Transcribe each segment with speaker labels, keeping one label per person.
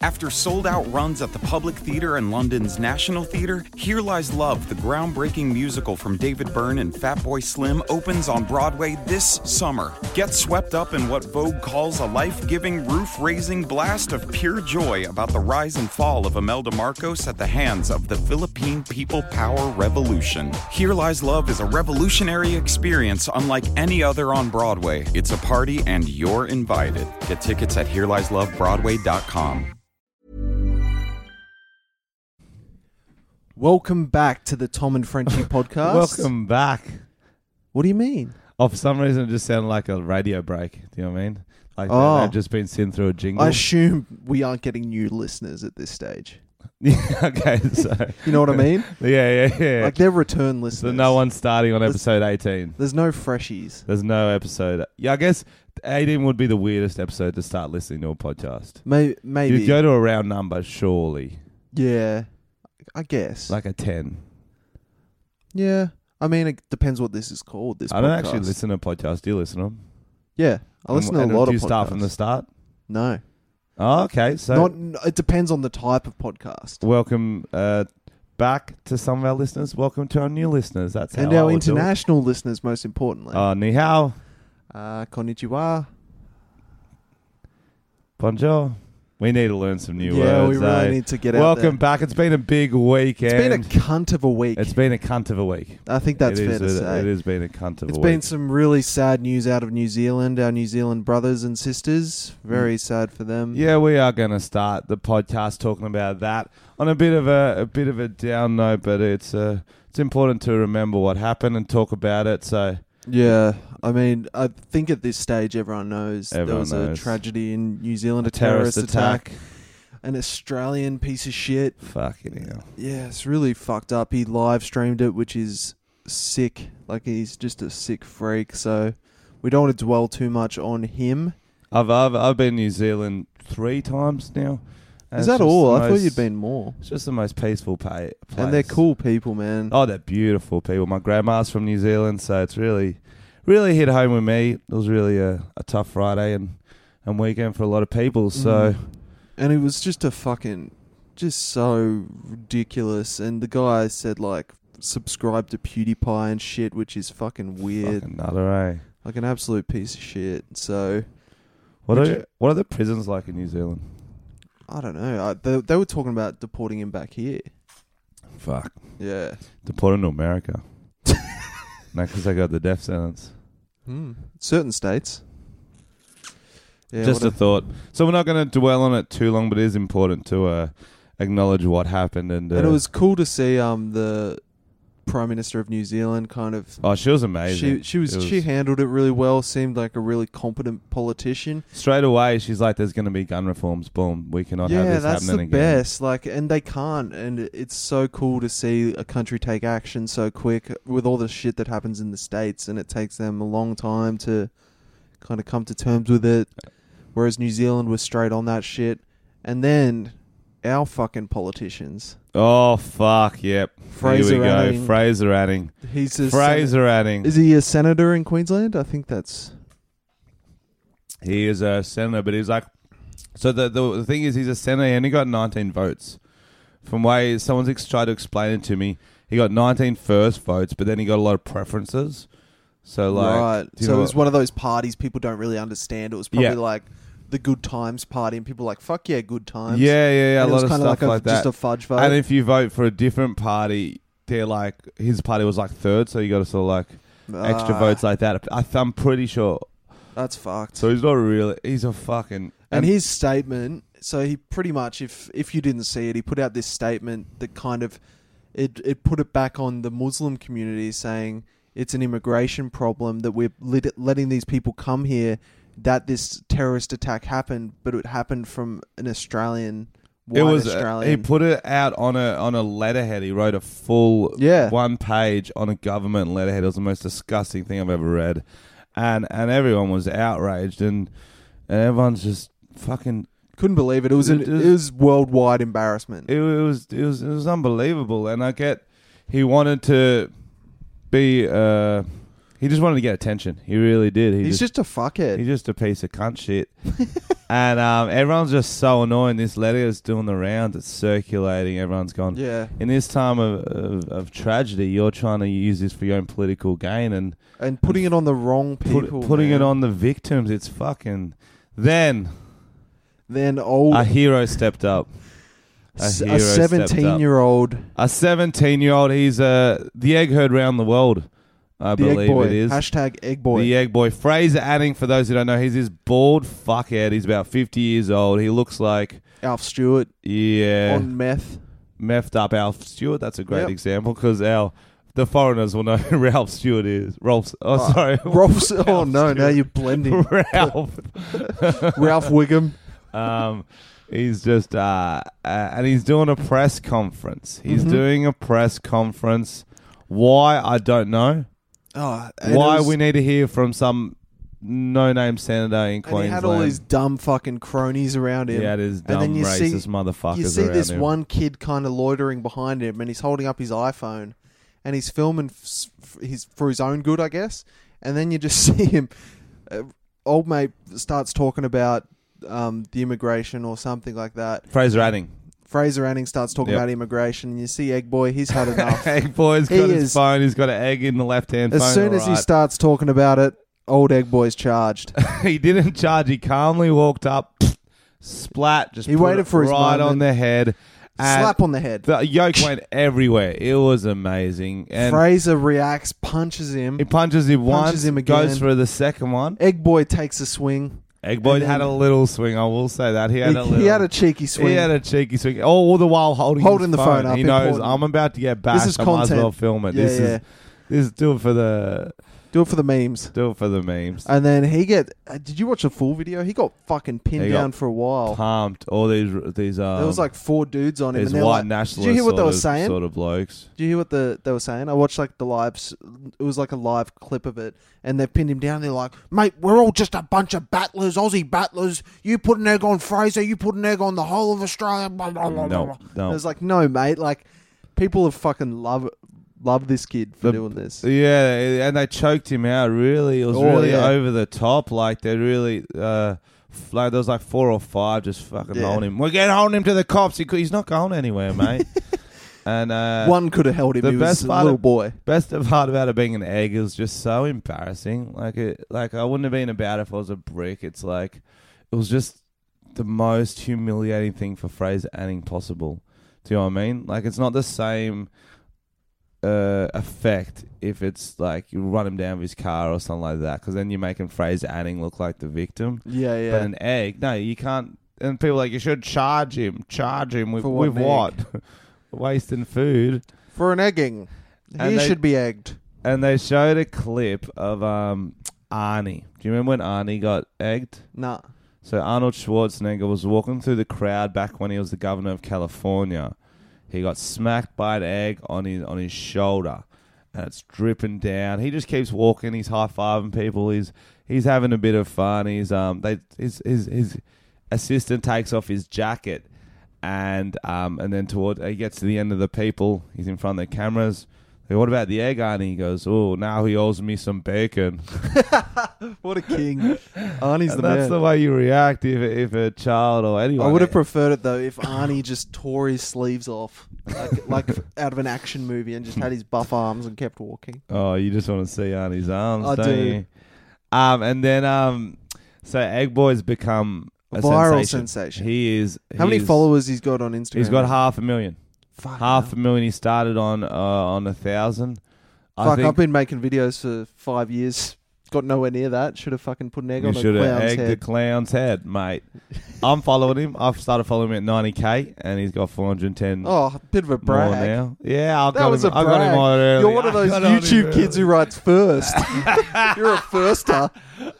Speaker 1: After sold out runs at the Public Theatre and London's National Theatre, Here Lies Love, the groundbreaking musical from David Byrne and Fatboy Slim, opens on Broadway this summer. Get swept up in what Vogue calls a life giving, roof raising blast of pure joy about the rise and fall of Imelda Marcos at the hands of the Philippine People Power Revolution. Here Lies Love is a revolutionary experience unlike any other on Broadway. It's a party, and you're invited. Get tickets at HereLiesLoveBroadway.com.
Speaker 2: Welcome back to the Tom and Frenchie podcast.
Speaker 3: Welcome back.
Speaker 2: What do you mean?
Speaker 3: Oh, for some reason, it just sounded like a radio break. Do you know what I mean? Like
Speaker 2: Oh.
Speaker 3: they, have just been sent through a jingle.
Speaker 2: I assume we aren't getting new listeners at this stage.
Speaker 3: yeah, okay, so
Speaker 2: You know what I mean?
Speaker 3: yeah, yeah, yeah.
Speaker 2: Like they're return listeners.
Speaker 3: so no one's starting on episode eighteen.
Speaker 2: There's no freshies.
Speaker 3: There's no episode. Yeah, I guess eighteen would be the weirdest episode to start listening to a podcast.
Speaker 2: May- maybe.
Speaker 3: You'd go to a round number, surely,
Speaker 2: yeah. I guess.
Speaker 3: like a ten.
Speaker 2: yeah. I mean, it depends what this is called. This
Speaker 3: I don't
Speaker 2: podcast.
Speaker 3: actually listen to podcasts. Do you listen to them?
Speaker 2: Yeah, I listen to a lot
Speaker 3: do
Speaker 2: of
Speaker 3: you
Speaker 2: podcasts.
Speaker 3: start from the start?
Speaker 2: no,
Speaker 3: Oh, okay. So
Speaker 2: not. n- It depends on the type of podcast
Speaker 3: welcome uh, back to some of our listeners. Welcome to our new listeners. That's
Speaker 2: and
Speaker 3: how I
Speaker 2: our
Speaker 3: would do it.
Speaker 2: international listeners, most importantly. Uh,
Speaker 3: Uh, ni hao,
Speaker 2: konnichiwa.
Speaker 3: bonjour. We need to learn some new
Speaker 2: yeah,
Speaker 3: words.
Speaker 2: we really
Speaker 3: eh?
Speaker 2: need to get
Speaker 3: Welcome
Speaker 2: out
Speaker 3: back. It's been a big weekend.
Speaker 2: there. It's been a cunt of a week.
Speaker 3: It's been a cunt of a week.
Speaker 2: I think that's
Speaker 3: It
Speaker 2: fair
Speaker 3: is-
Speaker 2: to
Speaker 3: it-
Speaker 2: say.
Speaker 3: It has been a cunt of
Speaker 2: It's
Speaker 3: a
Speaker 2: been
Speaker 3: week.
Speaker 2: some really sad news out of New Zealand, our New Zealand brothers and sisters. Very sad for them.
Speaker 3: Mm. Yeah, we are going to start the podcast talking about that on a bit of a, a bit of a down note, but it's uh, it's important to remember what happened and talk about it. So
Speaker 2: Yeah. I mean, I think at this stage everyone knows there
Speaker 3: Everyone
Speaker 2: was
Speaker 3: knows.
Speaker 2: a tragedy in New Zealand, a,
Speaker 3: a terrorist, attack.
Speaker 2: an Australian piece of shit.
Speaker 3: Fucking hell.
Speaker 2: Yeah, it's really fucked up. He live streamed it, which is sick. Like he's just a sick freak. So we don't want to dwell too much on him.
Speaker 3: I've, I've I've been to New Zealand three times now. and
Speaker 2: Is
Speaker 3: it's
Speaker 2: that
Speaker 3: just
Speaker 2: all?
Speaker 3: the
Speaker 2: I thought
Speaker 3: most-
Speaker 2: you'd been more.
Speaker 3: It's just the most peaceful pa- place.
Speaker 2: And they're cool people, man.
Speaker 3: Oh, they're beautiful people. My grandma's from New Zealand, so it's really, really hit home with me. It was really a, a tough Friday and, and weekend for a lot of people. So
Speaker 2: And it was just a fucking, just so ridiculous. And the guy said like, subscribe to PewDiePie and shit, which is fucking weird,
Speaker 3: fucking another eh?
Speaker 2: like an absolute piece of shit. So
Speaker 3: What
Speaker 2: Would
Speaker 3: are
Speaker 2: you-
Speaker 3: what are the prisons like in New Zealand?
Speaker 2: I don't know. I, they, they were talking about deporting him back here.
Speaker 3: Fuck,
Speaker 2: Yeah.
Speaker 3: deport him to America. no, because they got the death sentence.
Speaker 2: Hmm. Certain states. Yeah,
Speaker 3: Just a
Speaker 2: what
Speaker 3: thought. So we're not going to dwell on it too long, but it is important to uh, acknowledge what happened and, uh,
Speaker 2: and it was cool to see um the prime minister of New Zealand kind of.
Speaker 3: Oh, she was amazing.
Speaker 2: She she was,
Speaker 3: It
Speaker 2: she handled it really well. Seemed like a really competent politician.
Speaker 3: straight away. She's like, "There's going to be gun reforms. Boom. We cannot have
Speaker 2: yeah,
Speaker 3: this
Speaker 2: that's the
Speaker 3: happening again."
Speaker 2: best. Like, and they can't. And it's so cool to see a country take action so quick with all the shit that happens in the states, and it takes them a long time to kind of come to terms with it. Whereas New Zealand was straight on that shit, and then our fucking politicians.
Speaker 3: Oh fuck! Yep.
Speaker 2: Fraser
Speaker 3: Here we go.
Speaker 2: Anning.
Speaker 3: Fraser Anning.
Speaker 2: He's a sen-
Speaker 3: Fraser Anning.
Speaker 2: is he a senator in Queensland? I think that's
Speaker 3: he is a senator, but he's like, so the, the the thing is, he's a senator. He only got 19 votes. From way someone's ex- tried to explain it to me, he got 19 first votes, but then he got a lot of preferences. So like,
Speaker 2: right.
Speaker 3: do you
Speaker 2: So
Speaker 3: know
Speaker 2: it was
Speaker 3: what-
Speaker 2: one of those parties people don't really understand. It was probably
Speaker 3: Yeah.
Speaker 2: like the Good Times party, and people were like fuck yeah, Good Times.
Speaker 3: yeah, yeah, yeah.
Speaker 2: And it
Speaker 3: A
Speaker 2: was
Speaker 3: lot of
Speaker 2: kinda
Speaker 3: stuff like,
Speaker 2: like, a,
Speaker 3: that.
Speaker 2: Just a fudge vote.
Speaker 3: and if you vote for a different party, they're like his party was like third, so you got to sort of like extra
Speaker 2: Ah,
Speaker 3: votes like that. I, I'm pretty sure.
Speaker 2: That's fucked.
Speaker 3: So he's not really. He's a fucking.
Speaker 2: and his statement. So he pretty much, if if you didn't see it, he put out this statement that kind of it it put it back on the Muslim community, saying it's an immigration problem that we're lit- letting these people come here. That this terrorist attack happened, but it happened from an Australian. White
Speaker 3: it was. uh,
Speaker 2: Australian.
Speaker 3: He put it out on a on a letterhead. He wrote a full
Speaker 2: Yeah.
Speaker 3: one page on a government letterhead. It was the most disgusting thing I've ever read, and and everyone was outraged, and, and everyone's just fucking.
Speaker 2: Couldn't believe it. It was an,
Speaker 3: It
Speaker 2: it,
Speaker 3: is-
Speaker 2: was worldwide embarrassment.
Speaker 3: It, it was it was it was unbelievable, and I get he wanted to be uh He just wanted to get attention. He really did. He
Speaker 2: He's
Speaker 3: just,
Speaker 2: just, a fuckhead.
Speaker 3: he's just a piece of cunt shit. and um, everyone's just so annoying. This letter is doing the rounds. It's circulating. Everyone's gone.
Speaker 2: yeah,
Speaker 3: In this time of, of, of tragedy, you're trying to use this for your own political gain and
Speaker 2: and putting it on the wrong
Speaker 3: put,
Speaker 2: people,
Speaker 3: putting
Speaker 2: man.
Speaker 3: it on the victims. It's fucking. Then
Speaker 2: Then old
Speaker 3: a hero stepped up.
Speaker 2: s-
Speaker 3: hero
Speaker 2: a
Speaker 3: stepped up.
Speaker 2: seventeen-year-old,
Speaker 3: A 17 year old, he's uh, the egg herd round the world, I
Speaker 2: the
Speaker 3: believe
Speaker 2: egg boy.
Speaker 3: it is.
Speaker 2: Hashtag egg boy.
Speaker 3: The E- egg boy. Fraser Adding, for those who don't know, he's this bald fuckhead. He's about 50 years old. He looks like,
Speaker 2: Alf Stewart
Speaker 3: yeah,
Speaker 2: on meth.
Speaker 3: meffed up Alf Stewart. That's a great
Speaker 2: Yep.
Speaker 3: example because our. The foreigners will know who Ralph Stewart is. Ralph, oh,
Speaker 2: Oh,
Speaker 3: sorry,
Speaker 2: Ralph's, oh
Speaker 3: Alf
Speaker 2: no, now
Speaker 3: Stewart.
Speaker 2: you're blending.
Speaker 3: Ralph.
Speaker 2: Ralph Wiggum.
Speaker 3: um, he's just uh, uh, and he's doing a press conference. He's
Speaker 2: Mhm.
Speaker 3: doing a press conference. Why I don't know.
Speaker 2: Oh, and it
Speaker 3: Why
Speaker 2: was-
Speaker 3: we need to hear from some no-name senator in
Speaker 2: And
Speaker 3: Queensland.
Speaker 2: he had all these dumb fucking cronies around him.
Speaker 3: yeah, there's dumb
Speaker 2: and then you see-
Speaker 3: racist motherfuckers
Speaker 2: you see
Speaker 3: around
Speaker 2: this
Speaker 3: him.
Speaker 2: one kid kind of loitering behind him, and he's holding up his iPhone, and he's filming f- s- f- his for his own good, I guess. And then you just see him, uh, old mate starts talking about um, the immigration or something like that.
Speaker 3: Fraser Adding.
Speaker 2: Fraser Anning starts talking
Speaker 3: Yep.
Speaker 2: about immigration, and you see Egg Boy, he's had enough.
Speaker 3: egg boy's got
Speaker 2: He
Speaker 3: his
Speaker 2: is-
Speaker 3: phone. He's got an egg in the left-hand.
Speaker 2: as
Speaker 3: phone,
Speaker 2: soon as he
Speaker 3: alright.
Speaker 2: starts talking about it, old Egg Boy's charged.
Speaker 3: he didn't charge. He calmly walked up, splat. Just
Speaker 2: He
Speaker 3: put
Speaker 2: waited
Speaker 3: it
Speaker 2: for his
Speaker 3: right on
Speaker 2: moment.
Speaker 3: the head. and
Speaker 2: Slap on the head.
Speaker 3: The yolk went everywhere. It was amazing. And
Speaker 2: Fraser reacts, punches him.
Speaker 3: he punches him once,
Speaker 2: Punches him
Speaker 3: goes
Speaker 2: again.
Speaker 3: for the second one.
Speaker 2: Egg Boy takes a swing.
Speaker 3: Egg Boy
Speaker 2: And then-
Speaker 3: had a little swing, I will say that. He had a
Speaker 2: he,
Speaker 3: little
Speaker 2: he had a cheeky swing.
Speaker 3: He had a cheeky swing. All the while holding,
Speaker 2: Holding
Speaker 3: his
Speaker 2: the phone up,
Speaker 3: He knows
Speaker 2: important.
Speaker 3: I'm about to get bashed.
Speaker 2: This is
Speaker 3: I might as
Speaker 2: content.
Speaker 3: well film it.
Speaker 2: yeah,
Speaker 3: this
Speaker 2: yeah.
Speaker 3: is this is do it for the
Speaker 2: Do it for the memes.
Speaker 3: do it for the memes.
Speaker 2: And then he get. Uh, did you watch the full video? He got fucking pinned
Speaker 3: He got
Speaker 2: down for a while.
Speaker 3: Pumped. All these these um,
Speaker 2: there was like four dudes on him.
Speaker 3: these
Speaker 2: And
Speaker 3: white
Speaker 2: they're like, did
Speaker 3: nationalist
Speaker 2: you hear what
Speaker 3: sort
Speaker 2: they were
Speaker 3: of,
Speaker 2: saying?
Speaker 3: sort of blokes.
Speaker 2: Did you hear what the they were saying? I watched like the live. s- It was like a live clip of it, and they pinned him down. They're like, "Mate, we're all just a bunch of battlers, Aussie battlers. You put an egg on Fraser, you put an egg on the whole of Australia." Blah, blah, blah, blah,
Speaker 3: No,
Speaker 2: blah."
Speaker 3: no.
Speaker 2: It was like, no, mate. Like, people have fucking love love this kid for
Speaker 3: The-
Speaker 2: doing this.
Speaker 3: Yeah, and they choked him out. Really, it was
Speaker 2: Oh,
Speaker 3: really
Speaker 2: yeah.
Speaker 3: over the top. Like they really, uh, f- like there was like four or five just fucking
Speaker 2: Yeah.
Speaker 3: holding him. We're getting holding him to the cops. He, cou- he's not going anywhere, mate. and uh,
Speaker 2: One could have held him.
Speaker 3: the
Speaker 2: he
Speaker 3: best
Speaker 2: was a
Speaker 3: part
Speaker 2: little
Speaker 3: of-
Speaker 2: boy.
Speaker 3: best of part about it being an egg is just so embarrassing. Like it, like I wouldn't have been about it if I was a brick. It's like it was just the most humiliating thing for Fraser Anning possible. Do you know what I mean? Like it's not the same uh, effect if it's like you run him down with his car or something like that, because then you're making Fraser Anning look like the victim.
Speaker 2: Yeah, yeah.
Speaker 3: But an egg, no, you can't. And people are like you should charge him, charge him with
Speaker 2: For what
Speaker 3: with
Speaker 2: an
Speaker 3: what? Wasting food.
Speaker 2: for an egging.
Speaker 3: And
Speaker 2: he
Speaker 3: they-
Speaker 2: should be egged.
Speaker 3: and they showed a clip of um, Arnie. Do you remember when Arnie got egged?
Speaker 2: Nah.
Speaker 3: So Arnold Schwarzenegger was walking through the crowd back when he was the governor of California. He got smacked by an egg on his on his shoulder, and it's dripping down. He just keeps walking. He's high fiving people. He's he's having a bit of fun. He's um they his his his assistant takes off his jacket, and um and then toward he gets to the end of the people. He's in front of the cameras. They go, what about the egg, Arnie? He goes, oh, now he owes me some bacon.
Speaker 2: What a king. Arnie's the
Speaker 3: And that's
Speaker 2: man.
Speaker 3: the way you react if, if a child or anyone.
Speaker 2: I would have preferred it though if Arnie just tore his sleeves off, like, like out of an action movie, and just had his buff arms and kept walking.
Speaker 3: Oh, you just want to see Arnie's arms,
Speaker 2: I
Speaker 3: don't
Speaker 2: do.
Speaker 3: you? Um, and then um, so Egg Boy's become a
Speaker 2: Viral
Speaker 3: sensation.
Speaker 2: sensation.
Speaker 3: He is.
Speaker 2: How
Speaker 3: he
Speaker 2: many
Speaker 3: is-
Speaker 2: followers he's got on Instagram?
Speaker 3: He's got half a million.
Speaker 2: Fuck,
Speaker 3: Half
Speaker 2: hell.
Speaker 3: a million. He started on uh, on a thousand. I
Speaker 2: Fuck,
Speaker 3: think
Speaker 2: I've been making videos for five years. Got nowhere near that. Should have fucking put an egg
Speaker 3: you
Speaker 2: on a
Speaker 3: should have
Speaker 2: clown's
Speaker 3: egged the
Speaker 2: head.
Speaker 3: clown's head, mate. I'm following him. I've started following him at 90k, and he's got 410
Speaker 2: Oh, a bit of a
Speaker 3: more
Speaker 2: brag.
Speaker 3: now. Yeah, I've
Speaker 2: That
Speaker 3: got
Speaker 2: was
Speaker 3: him.
Speaker 2: a
Speaker 3: I got him
Speaker 2: brag.
Speaker 3: on early.
Speaker 2: You're one of
Speaker 3: I
Speaker 2: those
Speaker 3: got on him
Speaker 2: YouTube kids
Speaker 3: early.
Speaker 2: who writes first. You're a firster.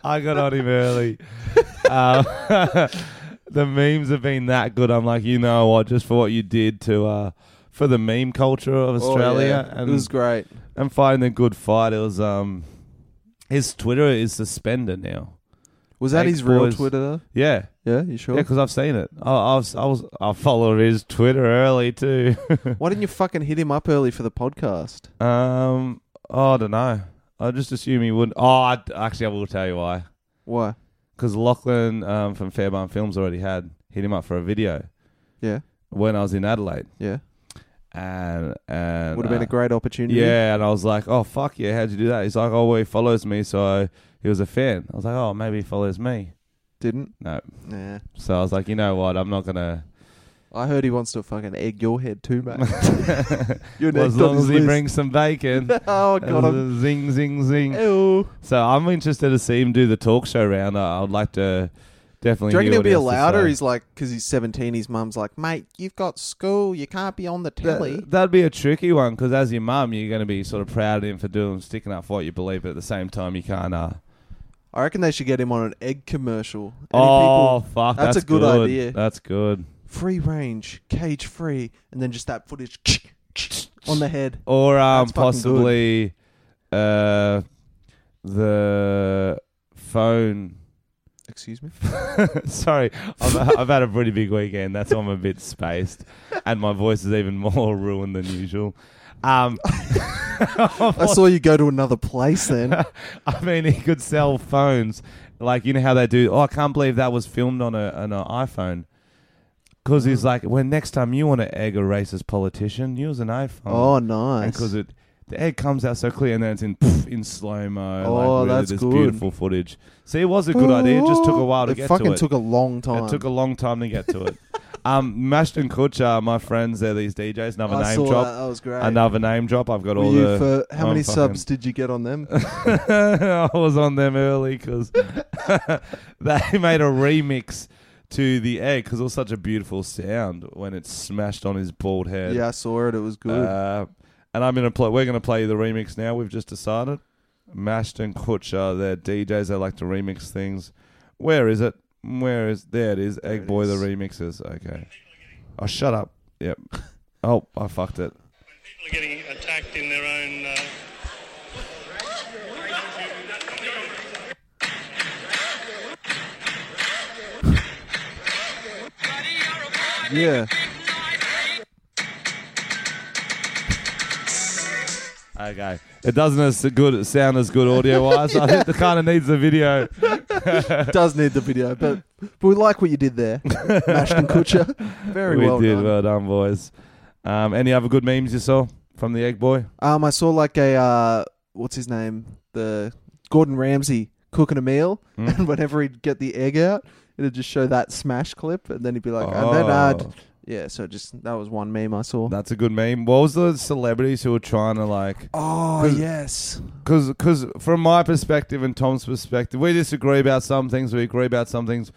Speaker 3: I got on him early. um, the memes have been that good. I'm like, you know what? Just for what you did to uh, for the meme culture of Australia,
Speaker 2: Oh, yeah.
Speaker 3: and
Speaker 2: it was great.
Speaker 3: and fighting a good fight. It was um, his Twitter is suspended now.
Speaker 2: Was that
Speaker 3: Egg
Speaker 2: his real
Speaker 3: boys.
Speaker 2: Twitter?
Speaker 3: Yeah,
Speaker 2: though? Yeah, you
Speaker 3: Yeah,
Speaker 2: sure?
Speaker 3: yeah, because I've seen it. I, I was I was I followed his Twitter early too.
Speaker 2: Why didn't you fucking hit him up early for the podcast?
Speaker 3: um, oh, I don't know. I just assume he wouldn't. Oh, I, actually, I will tell you why.
Speaker 2: Why?
Speaker 3: Because Lachlan um, from Fairbairn Films already had hit him up for a video
Speaker 2: Yeah,
Speaker 3: when I was in Adelaide,
Speaker 2: yeah.
Speaker 3: and and
Speaker 2: Would have been
Speaker 3: uh,
Speaker 2: a great opportunity.
Speaker 3: Yeah, and I was like, oh fuck yeah, how'd you do that? He's like, oh well, he follows me, so he was a fan. I was like, oh maybe he follows me.
Speaker 2: Didn't?
Speaker 3: No,
Speaker 2: Yeah.
Speaker 3: so I was like, you know what? I'm not gonna.
Speaker 2: I heard he wants to fucking egg your head too, mate. You're
Speaker 3: well,
Speaker 2: next
Speaker 3: as
Speaker 2: on
Speaker 3: long as
Speaker 2: his
Speaker 3: he
Speaker 2: list.
Speaker 3: brings some bacon.
Speaker 2: oh god, I'm
Speaker 3: zing zing zing.
Speaker 2: Ew.
Speaker 3: So I'm interested to see him do the talk show round. I, I'd like to definitely.
Speaker 2: Do you reckon
Speaker 3: hear
Speaker 2: he'll
Speaker 3: what
Speaker 2: be
Speaker 3: he has to
Speaker 2: allowed,
Speaker 3: say.
Speaker 2: or he's like, because he's 17, his mum's like, mate, you've got school, you can't be on the telly.
Speaker 3: That, that'd be a tricky one because as your mum, you're going to be sort of proud of him for doing sticking up for what you believe, but at the same time, you can't. Uh,
Speaker 2: I reckon they should get him on an egg commercial. Any
Speaker 3: oh
Speaker 2: people,
Speaker 3: fuck,
Speaker 2: that's
Speaker 3: that's,
Speaker 2: a good idea.
Speaker 3: That's good.
Speaker 2: free range, cage free, and then just that footage on the head.
Speaker 3: Or um,
Speaker 2: That's fucking
Speaker 3: possibly uh, the phone.
Speaker 2: Excuse me.
Speaker 3: Sorry, I've, I've had a pretty big weekend. That's why I'm a bit spaced, and my voice is even more ruined than usual. Um,
Speaker 2: I saw you go to another place then.
Speaker 3: I mean, he could sell phones. Like, you know how they do, oh, I can't believe that was filmed on, a, on an iPhone. Because
Speaker 2: Mm.
Speaker 3: he's like, when next time you want to egg a racist politician, use an iPhone.
Speaker 2: oh,
Speaker 3: And
Speaker 2: nice.
Speaker 3: 'cause it, the egg comes out so clear and then it's in, poof, in slow mo.
Speaker 2: Oh,
Speaker 3: like, really,
Speaker 2: that's
Speaker 3: this
Speaker 2: good. Oh,
Speaker 3: beautiful footage. See, it was a good idea. It just took a while to
Speaker 2: it
Speaker 3: get
Speaker 2: fucking
Speaker 3: to it.
Speaker 2: took a long time.
Speaker 3: It took a long time to get to it. um, Mashton Kutcher, my friends, they're these DJs. Another
Speaker 2: I
Speaker 3: name
Speaker 2: saw
Speaker 3: drop.
Speaker 2: That. that was great.
Speaker 3: Another name drop. I've got
Speaker 2: Were
Speaker 3: all
Speaker 2: you
Speaker 3: the.
Speaker 2: for, how
Speaker 3: I'm
Speaker 2: many
Speaker 3: fucking-
Speaker 2: subs did you get on them?
Speaker 3: I was on them early because they made a remix to the egg because it was such a beautiful sound when it smashed on his bald head.
Speaker 2: yeah, I saw it. It was good.
Speaker 3: Uh, and I'm gonna play. We're gonna play the remix now. We've just decided. Mashton Kutcher, they're DJs. They like to remix things. Where is it? Where is there? It is Egg
Speaker 2: it
Speaker 3: Boy. The
Speaker 2: is.
Speaker 3: remixes. Okay. Oh, shut up. Yep. Oh, I fucked it.
Speaker 4: People are getting attacked in their own. Uh...
Speaker 2: yeah.
Speaker 3: Okay. It doesn't as good sound as good audio wise. I think it kind of needs the video.
Speaker 2: does need the video, but, but we like what you did there, Ashton Kutcher. Very
Speaker 3: we
Speaker 2: well
Speaker 3: did
Speaker 2: done.
Speaker 3: well done, boys. Um, any other good memes you saw from the Egg Boy?
Speaker 2: Um, I saw like a uh, what's his name, the Gordon Ramsay cooking a meal,
Speaker 3: Hmm.
Speaker 2: and whenever he'd get the egg out, it'd just show that smash clip, and then he'd be like, and then uh,
Speaker 3: Oh.
Speaker 2: yeah. So just that was one meme I saw.
Speaker 3: That's a good meme. What was the celebrities who were trying to like?
Speaker 2: Oh
Speaker 3: Cause-
Speaker 2: yes,
Speaker 3: Because because from my perspective and Tom's perspective, we disagree about some things. We agree about some things.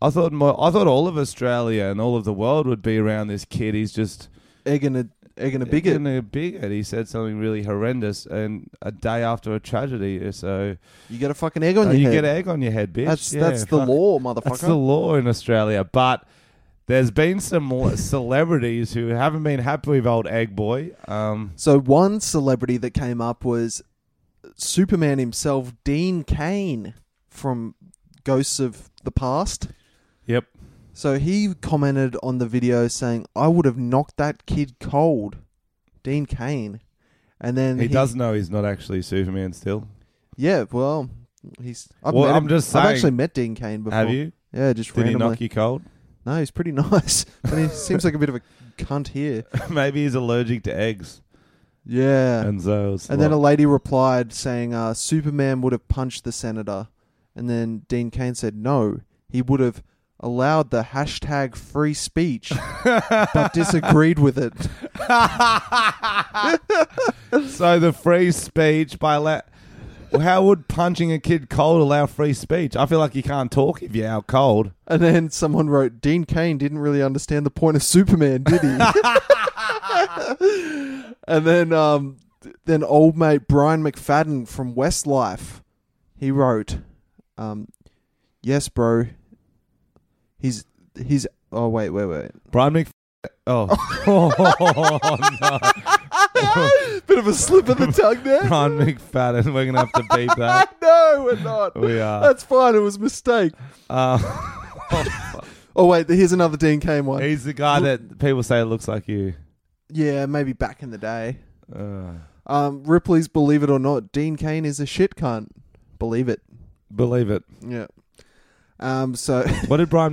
Speaker 3: I thought more, I thought all of Australia and all of the world would be around this kid. He's just
Speaker 2: egg and a egg and a bigot.
Speaker 3: And a bigot. He said something really horrendous, and a day after a tragedy, uh, so
Speaker 2: you get a fucking egg on
Speaker 3: Uh,
Speaker 2: your
Speaker 3: you
Speaker 2: head.
Speaker 3: get an egg on your head, bitch.
Speaker 2: that's
Speaker 3: Yeah,
Speaker 2: that's the
Speaker 3: fuck.
Speaker 2: law, motherfucker.
Speaker 3: That's the law in Australia. But there's been some l- celebrities who haven't been happy with old egg boy. Um,
Speaker 2: so one celebrity that came up was Superman himself, Dean Kane from Ghosts of the Past.
Speaker 3: yep.
Speaker 2: So he commented on the video saying, "I would have knocked that kid cold, Dean Kane." And then
Speaker 3: He, does know he's not actually Superman still.
Speaker 2: Yeah, well, he's. I've
Speaker 3: Well,
Speaker 2: met
Speaker 3: I'm
Speaker 2: him-
Speaker 3: just
Speaker 2: I've
Speaker 3: saying-
Speaker 2: actually met Dean Kane before.
Speaker 3: Have you?
Speaker 2: Yeah, just
Speaker 3: Did he
Speaker 2: randomly.
Speaker 3: knock you cold?
Speaker 2: No, he's pretty nice, but he seems like a bit of a cunt here.
Speaker 3: Maybe he's allergic to eggs.
Speaker 2: Yeah. And,
Speaker 3: And so, it's
Speaker 2: then a
Speaker 3: like-
Speaker 2: lady replied saying, uh, "Superman would have punched the senator," and then Dean Kane said, "No, he would have." Allowed the hashtag free speech, but disagreed with it.
Speaker 3: so the free speech by la- Well, how would punching a kid cold allow free speech? I feel like you can't talk if you're out cold.
Speaker 2: And then someone wrote, Dean Kane didn't really understand the point of Superman, did he? and then, um, then old mate Brian McFadden from Westlife, he wrote, um, "Yes, bro. He's he's. Oh wait, wait, wait.
Speaker 3: Brian Mc. Oh,
Speaker 2: Bit of a slip of the tongue there.
Speaker 3: Brian McFadden. We're gonna have to beat that.
Speaker 2: no, we're not.
Speaker 3: We are.
Speaker 2: That's fine. It was a mistake.
Speaker 3: Uh,
Speaker 2: Oh wait, here's another Dean Kane one.
Speaker 3: he's the guy that people say looks like you.
Speaker 2: yeah, maybe back in the day.
Speaker 3: Uh,
Speaker 2: Um, Ripley's Believe It or Not, Dean Kane is a shit cunt. Believe it.
Speaker 3: Believe it.
Speaker 2: Yeah. Um, so,
Speaker 3: What did Brian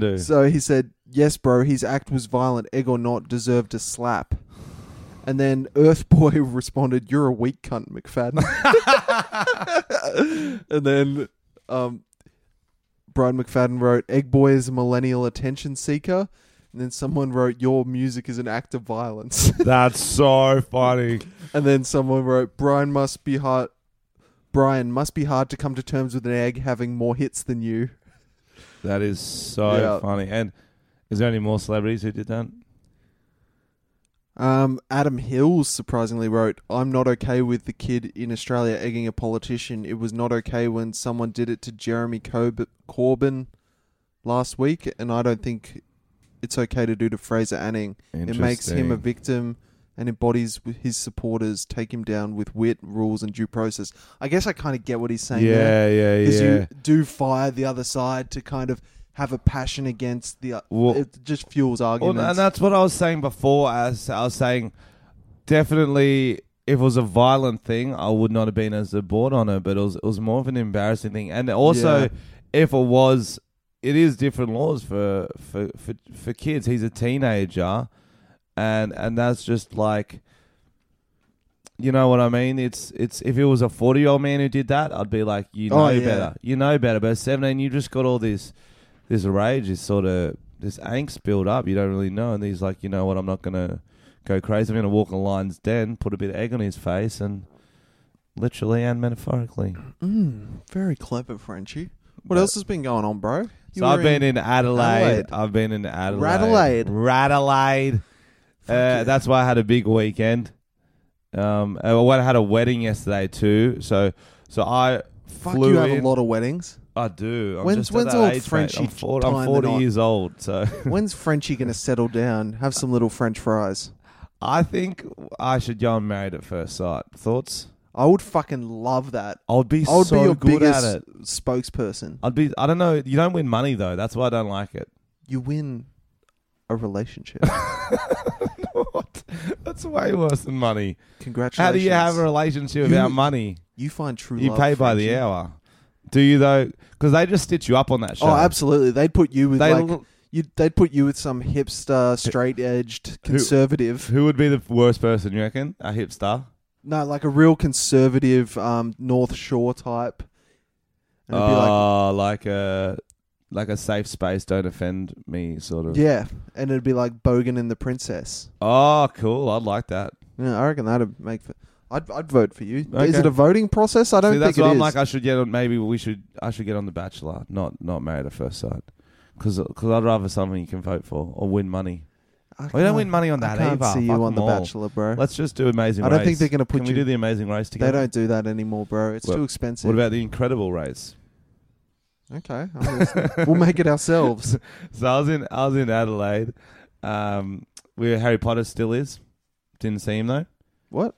Speaker 3: do?
Speaker 2: so he said, yes, bro, his act was violent, egg or not, deserved a slap. And then Earth Boy responded, you're a weak cunt, McFadden. and then um, Brian McFadden wrote, Egg Boy is a millennial attention seeker. And then someone wrote, your music is an act of violence.
Speaker 3: That's so funny.
Speaker 2: And then someone wrote, "Brian must be hard. Brian must be hard to come to terms with an egg having more hits than you."
Speaker 3: That is so
Speaker 2: Yeah.
Speaker 3: funny. And is there any more celebrities who did that?
Speaker 2: Um, Adam Hills surprisingly wrote, "I'm not okay with the kid in Australia egging a politician. It was not okay when someone did it to Jeremy Cob- Corbyn last week, and I don't think it's okay to do to Fraser Anning. It makes him a
Speaker 3: Interesting.
Speaker 2: victim." And embodies with his supporters, take him down with wit, rules, and due process. I guess I kind of get what he's saying. there.
Speaker 3: Yeah, yeah,
Speaker 2: because
Speaker 3: yeah.
Speaker 2: you do fire the other side to kind of have a passion against the.
Speaker 3: Well-
Speaker 2: it just fuels
Speaker 3: Well,
Speaker 2: arguments.
Speaker 3: and that's what I was saying before. As I was saying, definitely, if it was a violent thing, I would not have been as a board on it. But it was it was more of an embarrassing thing. And also,
Speaker 2: Yeah.
Speaker 3: if it was, it is different laws for for for, for kids. He's a teenager, and and that's just like. You know what I mean? It's it's if it was a forty year old man who did that, I'd be like, you know
Speaker 2: Oh, yeah.
Speaker 3: better, you know better. But at seventeen, you just got all this this rage is sort of this angst build up. You don't really know, and he's like, you know what? I'm not gonna go crazy. I'm gonna walk a lion's den, put a bit of egg on his face, and literally and metaphorically.
Speaker 2: Mm, very clever, Frenchie. What
Speaker 3: But-
Speaker 2: else has been going on, bro? You
Speaker 3: so I've
Speaker 2: were
Speaker 3: been in Adelaide.
Speaker 2: Adelaide.
Speaker 3: I've been in Adelaide.
Speaker 2: Radelaide.
Speaker 3: Radelaide. Uh,
Speaker 2: yeah.
Speaker 3: That's why I had a big weekend. Um, uh, well, I had a wedding yesterday too. So, so I
Speaker 2: Fuck,
Speaker 3: flew
Speaker 2: you have a
Speaker 3: in.
Speaker 2: lot of weddings.
Speaker 3: I do. I'm
Speaker 2: When's-
Speaker 3: just at
Speaker 2: when's
Speaker 3: that
Speaker 2: old
Speaker 3: age, mate.
Speaker 2: Frenchie
Speaker 3: I'm 40, I'm
Speaker 2: tying the
Speaker 3: 40
Speaker 2: knot?
Speaker 3: years old. So.
Speaker 2: When's Frenchie going to settle down, have some little French fries?
Speaker 3: I think I should go on married at first sight. Thoughts?
Speaker 2: I would fucking love that.
Speaker 3: I would be
Speaker 2: I would
Speaker 3: Oh, so
Speaker 2: be your
Speaker 3: good
Speaker 2: biggest
Speaker 3: at it.
Speaker 2: spokesperson.
Speaker 3: I'd be. I don't know. You don't win money though. That's why I don't like it.
Speaker 2: You win a relationship.
Speaker 3: what? That's way worse than money.
Speaker 2: Congratulations.
Speaker 3: How do you have a relationship
Speaker 2: You-
Speaker 3: without money?
Speaker 2: You find true
Speaker 3: You
Speaker 2: love,
Speaker 3: pay by the
Speaker 2: Frenchie.
Speaker 3: hour. Do you though? Because they just stitch you up on that show.
Speaker 2: Oh, absolutely. They'd put you with
Speaker 3: They
Speaker 2: like
Speaker 3: l-
Speaker 2: you. They'd put you with some hipster, straight edged conservative.
Speaker 3: Who would be the worst person? You reckon? A hipster.
Speaker 2: No, like a real conservative um, North Shore type. And it'd be like,
Speaker 3: Oh, like, a like a safe space, don't offend me sort of.
Speaker 2: yeah, and it'd be like Bogan and the Princess.
Speaker 3: Oh, cool. I'd like that.
Speaker 2: Yeah, I reckon that'd make. For, I'd I'd vote for you. Is
Speaker 3: Okay.
Speaker 2: it a voting process? I don't
Speaker 3: See,
Speaker 2: think
Speaker 3: that's
Speaker 2: it
Speaker 3: why I'm
Speaker 2: is.
Speaker 3: like. I should get on. Maybe we should. I should get on the Bachelor, not not Married at First Sight, because I'd rather something you can vote for or win money.
Speaker 2: I
Speaker 3: We don't
Speaker 2: can't-
Speaker 3: win money on
Speaker 2: I
Speaker 3: that
Speaker 2: can't
Speaker 3: either.
Speaker 2: see you
Speaker 3: Fuck
Speaker 2: on
Speaker 3: them
Speaker 2: The
Speaker 3: all.
Speaker 2: Bachelor, bro.
Speaker 3: Let's just do Amazing.
Speaker 2: I don't
Speaker 3: Race.
Speaker 2: think they're gonna put
Speaker 3: Can
Speaker 2: you-
Speaker 3: we do the Amazing Race
Speaker 2: they
Speaker 3: together?
Speaker 2: don't do that anymore, bro. It's
Speaker 3: Well,
Speaker 2: too expensive.
Speaker 3: What about the Incredible Race?
Speaker 2: okay, I'm listening. we'll make it ourselves.
Speaker 3: So I was in I was in Adelaide, um, where Harry Potter still is. Didn't see him though.
Speaker 2: What?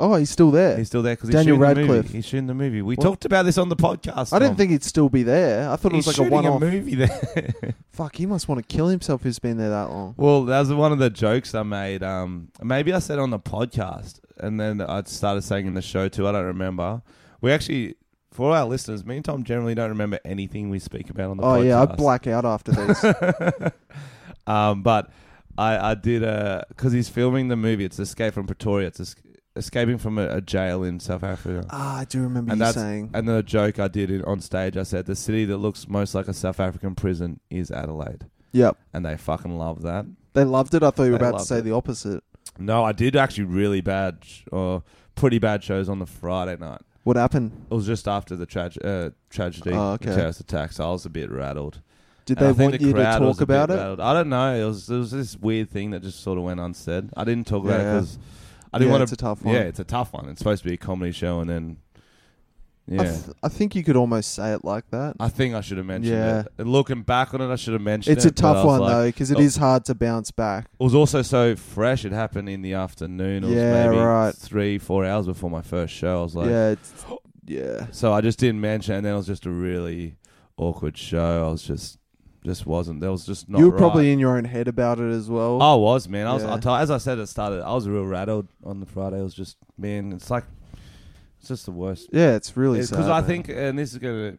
Speaker 2: Oh, he's still there.
Speaker 3: He's still there because he's
Speaker 2: Daniel
Speaker 3: shooting the
Speaker 2: Radcliffe.
Speaker 3: movie. He's shooting the movie. We
Speaker 2: What?
Speaker 3: talked about this on the podcast.
Speaker 2: I
Speaker 3: Tom.
Speaker 2: didn't think he'd still be there. I thought
Speaker 3: he's
Speaker 2: it was like a
Speaker 3: shooting
Speaker 2: one off.
Speaker 3: movie there.
Speaker 2: Fuck, he must want to kill himself who's been there that long.
Speaker 3: Well, that was one of the jokes I made. Um, maybe I said on the podcast, and then I started saying in the show too. I don't remember. We actually, for our listeners, me and Tom generally don't remember anything we speak about on the
Speaker 2: Oh
Speaker 3: podcast.
Speaker 2: yeah, I black out after these.
Speaker 3: um, but I, I did a because he's filming the movie. It's Escape from Pretoria. It's es- escaping from a, a jail in South Africa.
Speaker 2: ah, I do remember
Speaker 3: And
Speaker 2: you
Speaker 3: that's-
Speaker 2: saying.
Speaker 3: And then a joke I did in, on stage. I said the city that looks most like a South African prison is Adelaide,
Speaker 2: Yep,
Speaker 3: and they fucking love that.
Speaker 2: they loved it. I thought you were
Speaker 3: They
Speaker 2: about to
Speaker 3: loved
Speaker 2: say
Speaker 3: it.
Speaker 2: the opposite.
Speaker 3: No, I did actually really bad sh- or pretty bad shows on the Friday night.
Speaker 2: What happened?
Speaker 3: It was just after the trage- uh, tragedy,
Speaker 2: Oh,
Speaker 3: the
Speaker 2: okay.
Speaker 3: terrorist attack. So I was a bit rattled.
Speaker 2: Did
Speaker 3: And I
Speaker 2: they
Speaker 3: think
Speaker 2: want
Speaker 3: the
Speaker 2: you to
Speaker 3: crowd was
Speaker 2: talk
Speaker 3: a bit
Speaker 2: about it?
Speaker 3: rattled. I don't know. It was there was this weird thing that just sort of went unsaid. I didn't talk about it
Speaker 2: Yeah.
Speaker 3: 'cause it because I didn't
Speaker 2: Yeah,
Speaker 3: want
Speaker 2: it's a tough
Speaker 3: Yeah,
Speaker 2: one.
Speaker 3: it's a tough one. It's supposed to be a comedy show, and then yeah,
Speaker 2: I, th- I think you could almost say it like that.
Speaker 3: I think I should have mentioned
Speaker 2: Yeah.
Speaker 3: it. And Looking back on it, I should have mentioned
Speaker 2: It's
Speaker 3: it.
Speaker 2: a
Speaker 3: but I
Speaker 2: tough
Speaker 3: was
Speaker 2: one
Speaker 3: like-
Speaker 2: though, because it
Speaker 3: oh.
Speaker 2: is hard to bounce back.
Speaker 3: It was also so fresh. It happened in the afternoon. It was
Speaker 2: Yeah,
Speaker 3: maybe
Speaker 2: right.
Speaker 3: three, four hours before my first show. I was like,
Speaker 2: yeah, it's, yeah.
Speaker 3: So I just didn't mention, it, and then it was just a really awkward show. I was just Just wasn't. There was just not.
Speaker 2: you were
Speaker 3: right.
Speaker 2: probably in your own head about it as well.
Speaker 3: I was, man. I was.
Speaker 2: Oh. Yeah.
Speaker 3: I told- as I said, it started. I was real rattled on the Friday. I was just, man. It's like, it's just the worst.
Speaker 2: yeah, it's really sad.
Speaker 3: Because I
Speaker 2: man.
Speaker 3: think, and this is gonna,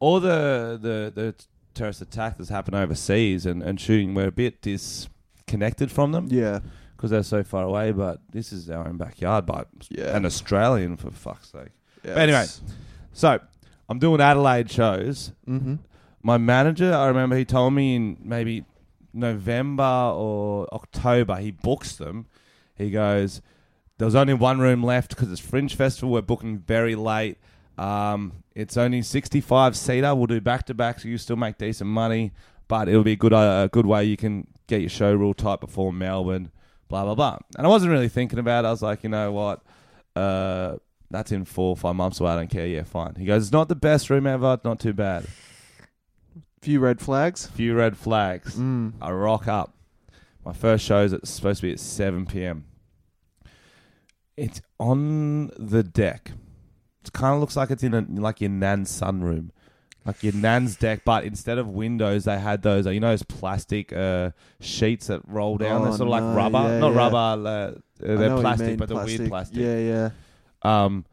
Speaker 3: all the the the terrorist attack that's happened overseas and and shooting, we're a bit disconnected from them
Speaker 2: Yeah,
Speaker 3: because they're so far away. But this is our own backyard, but
Speaker 2: Yeah.
Speaker 3: an Australian for fuck's sake.
Speaker 2: yeah
Speaker 3: But anyway, so I'm doing Adelaide shows.
Speaker 2: hmm
Speaker 3: My manager, I remember he told me in maybe November or October, he books them. He goes, There's only one room left because it's Fringe Festival. We're booking very late. Um, it's only 65 seater. We'll do back to back, so you still make decent money, but it'll be a good, uh, a good way you can get your show real tight before Melbourne, blah, blah, blah. And I wasn't really thinking about it. I was like, You know what? Uh, that's in four or five months away. I don't care. Yeah, fine. He goes, It's not the best room ever. It's not too bad
Speaker 2: few red flags.
Speaker 3: few red flags.
Speaker 2: Mm.
Speaker 3: I rock up. My first show is it's supposed to be at 7 p.m. It's on the deck. It kind of looks like it's in a, like your nan's sunroom, like your nan's deck. But instead of windows, they had those uh, you know those plastic uh, sheets that roll down. They're
Speaker 2: Oh,
Speaker 3: sort of
Speaker 2: no,
Speaker 3: like rubber,
Speaker 2: yeah,
Speaker 3: not
Speaker 2: yeah.
Speaker 3: rubber. Uh,
Speaker 2: I
Speaker 3: they're
Speaker 2: know what you
Speaker 3: plastic,
Speaker 2: mean,
Speaker 3: but they're weird plastic
Speaker 2: Yeah, yeah,
Speaker 3: um,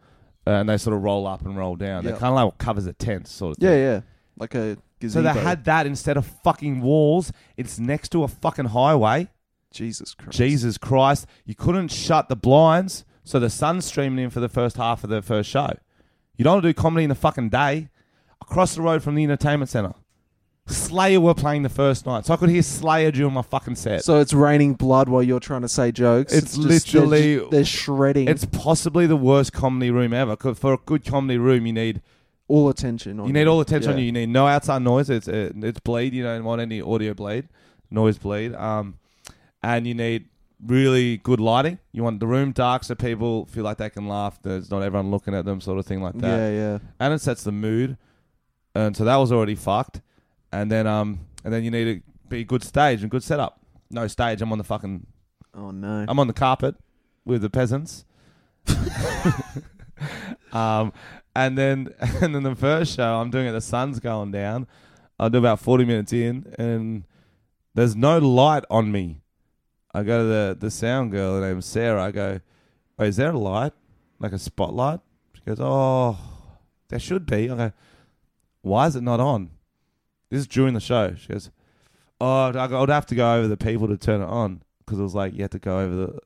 Speaker 3: and they sort of roll up and roll down. They're
Speaker 2: Yeah.
Speaker 3: kind of like what covers a tent, sort of.
Speaker 2: yeah,
Speaker 3: thing.
Speaker 2: yeah. Like a
Speaker 3: So
Speaker 2: gazebo.
Speaker 3: they had that instead of fucking walls. It's next to a fucking highway.
Speaker 2: Jesus Christ.
Speaker 3: Jesus Christ! You couldn't shut the blinds, so the sun's streaming in for the first half of the first show. You don't want to do comedy in the fucking day. Across the road from the entertainment center, Slayer were playing the first night, so I could hear Slayer during my fucking set.
Speaker 2: So it's raining blood while you're trying to say jokes.
Speaker 3: It's
Speaker 2: just- they're
Speaker 3: literally-
Speaker 2: just- they're shredding
Speaker 3: it's possibly the worst comedy room ever. 'cause For a good comedy room, you need
Speaker 2: all attention. on
Speaker 3: You need all the tension
Speaker 2: Yeah.
Speaker 3: on you. You need no outside noise. It's it, it's bleed. You don't want any audio bleed, noise bleed. Um, and you need really good lighting. You want the room dark so people feel like they can laugh. There's not everyone looking at them, sort of thing like that.
Speaker 2: Yeah, yeah.
Speaker 3: And it sets the mood. And so that was already fucked. And then um, and then you need to be good stage and good setup. No stage. I'm on the fucking.
Speaker 2: Oh no.
Speaker 3: I'm on the carpet with the peasants. um, and then and then the first show I'm doing it, the sun's going down. I do about forty minutes in, and there's no light on me. I go to the the sound girl, her name's Sarah. I go, oh, is there a light, like a spotlight? She goes, oh, there should be. I go, why is it not on? This is during the show. She goes, oh, I go, I'd have to go over the people to turn it on because it was like you had to go over the.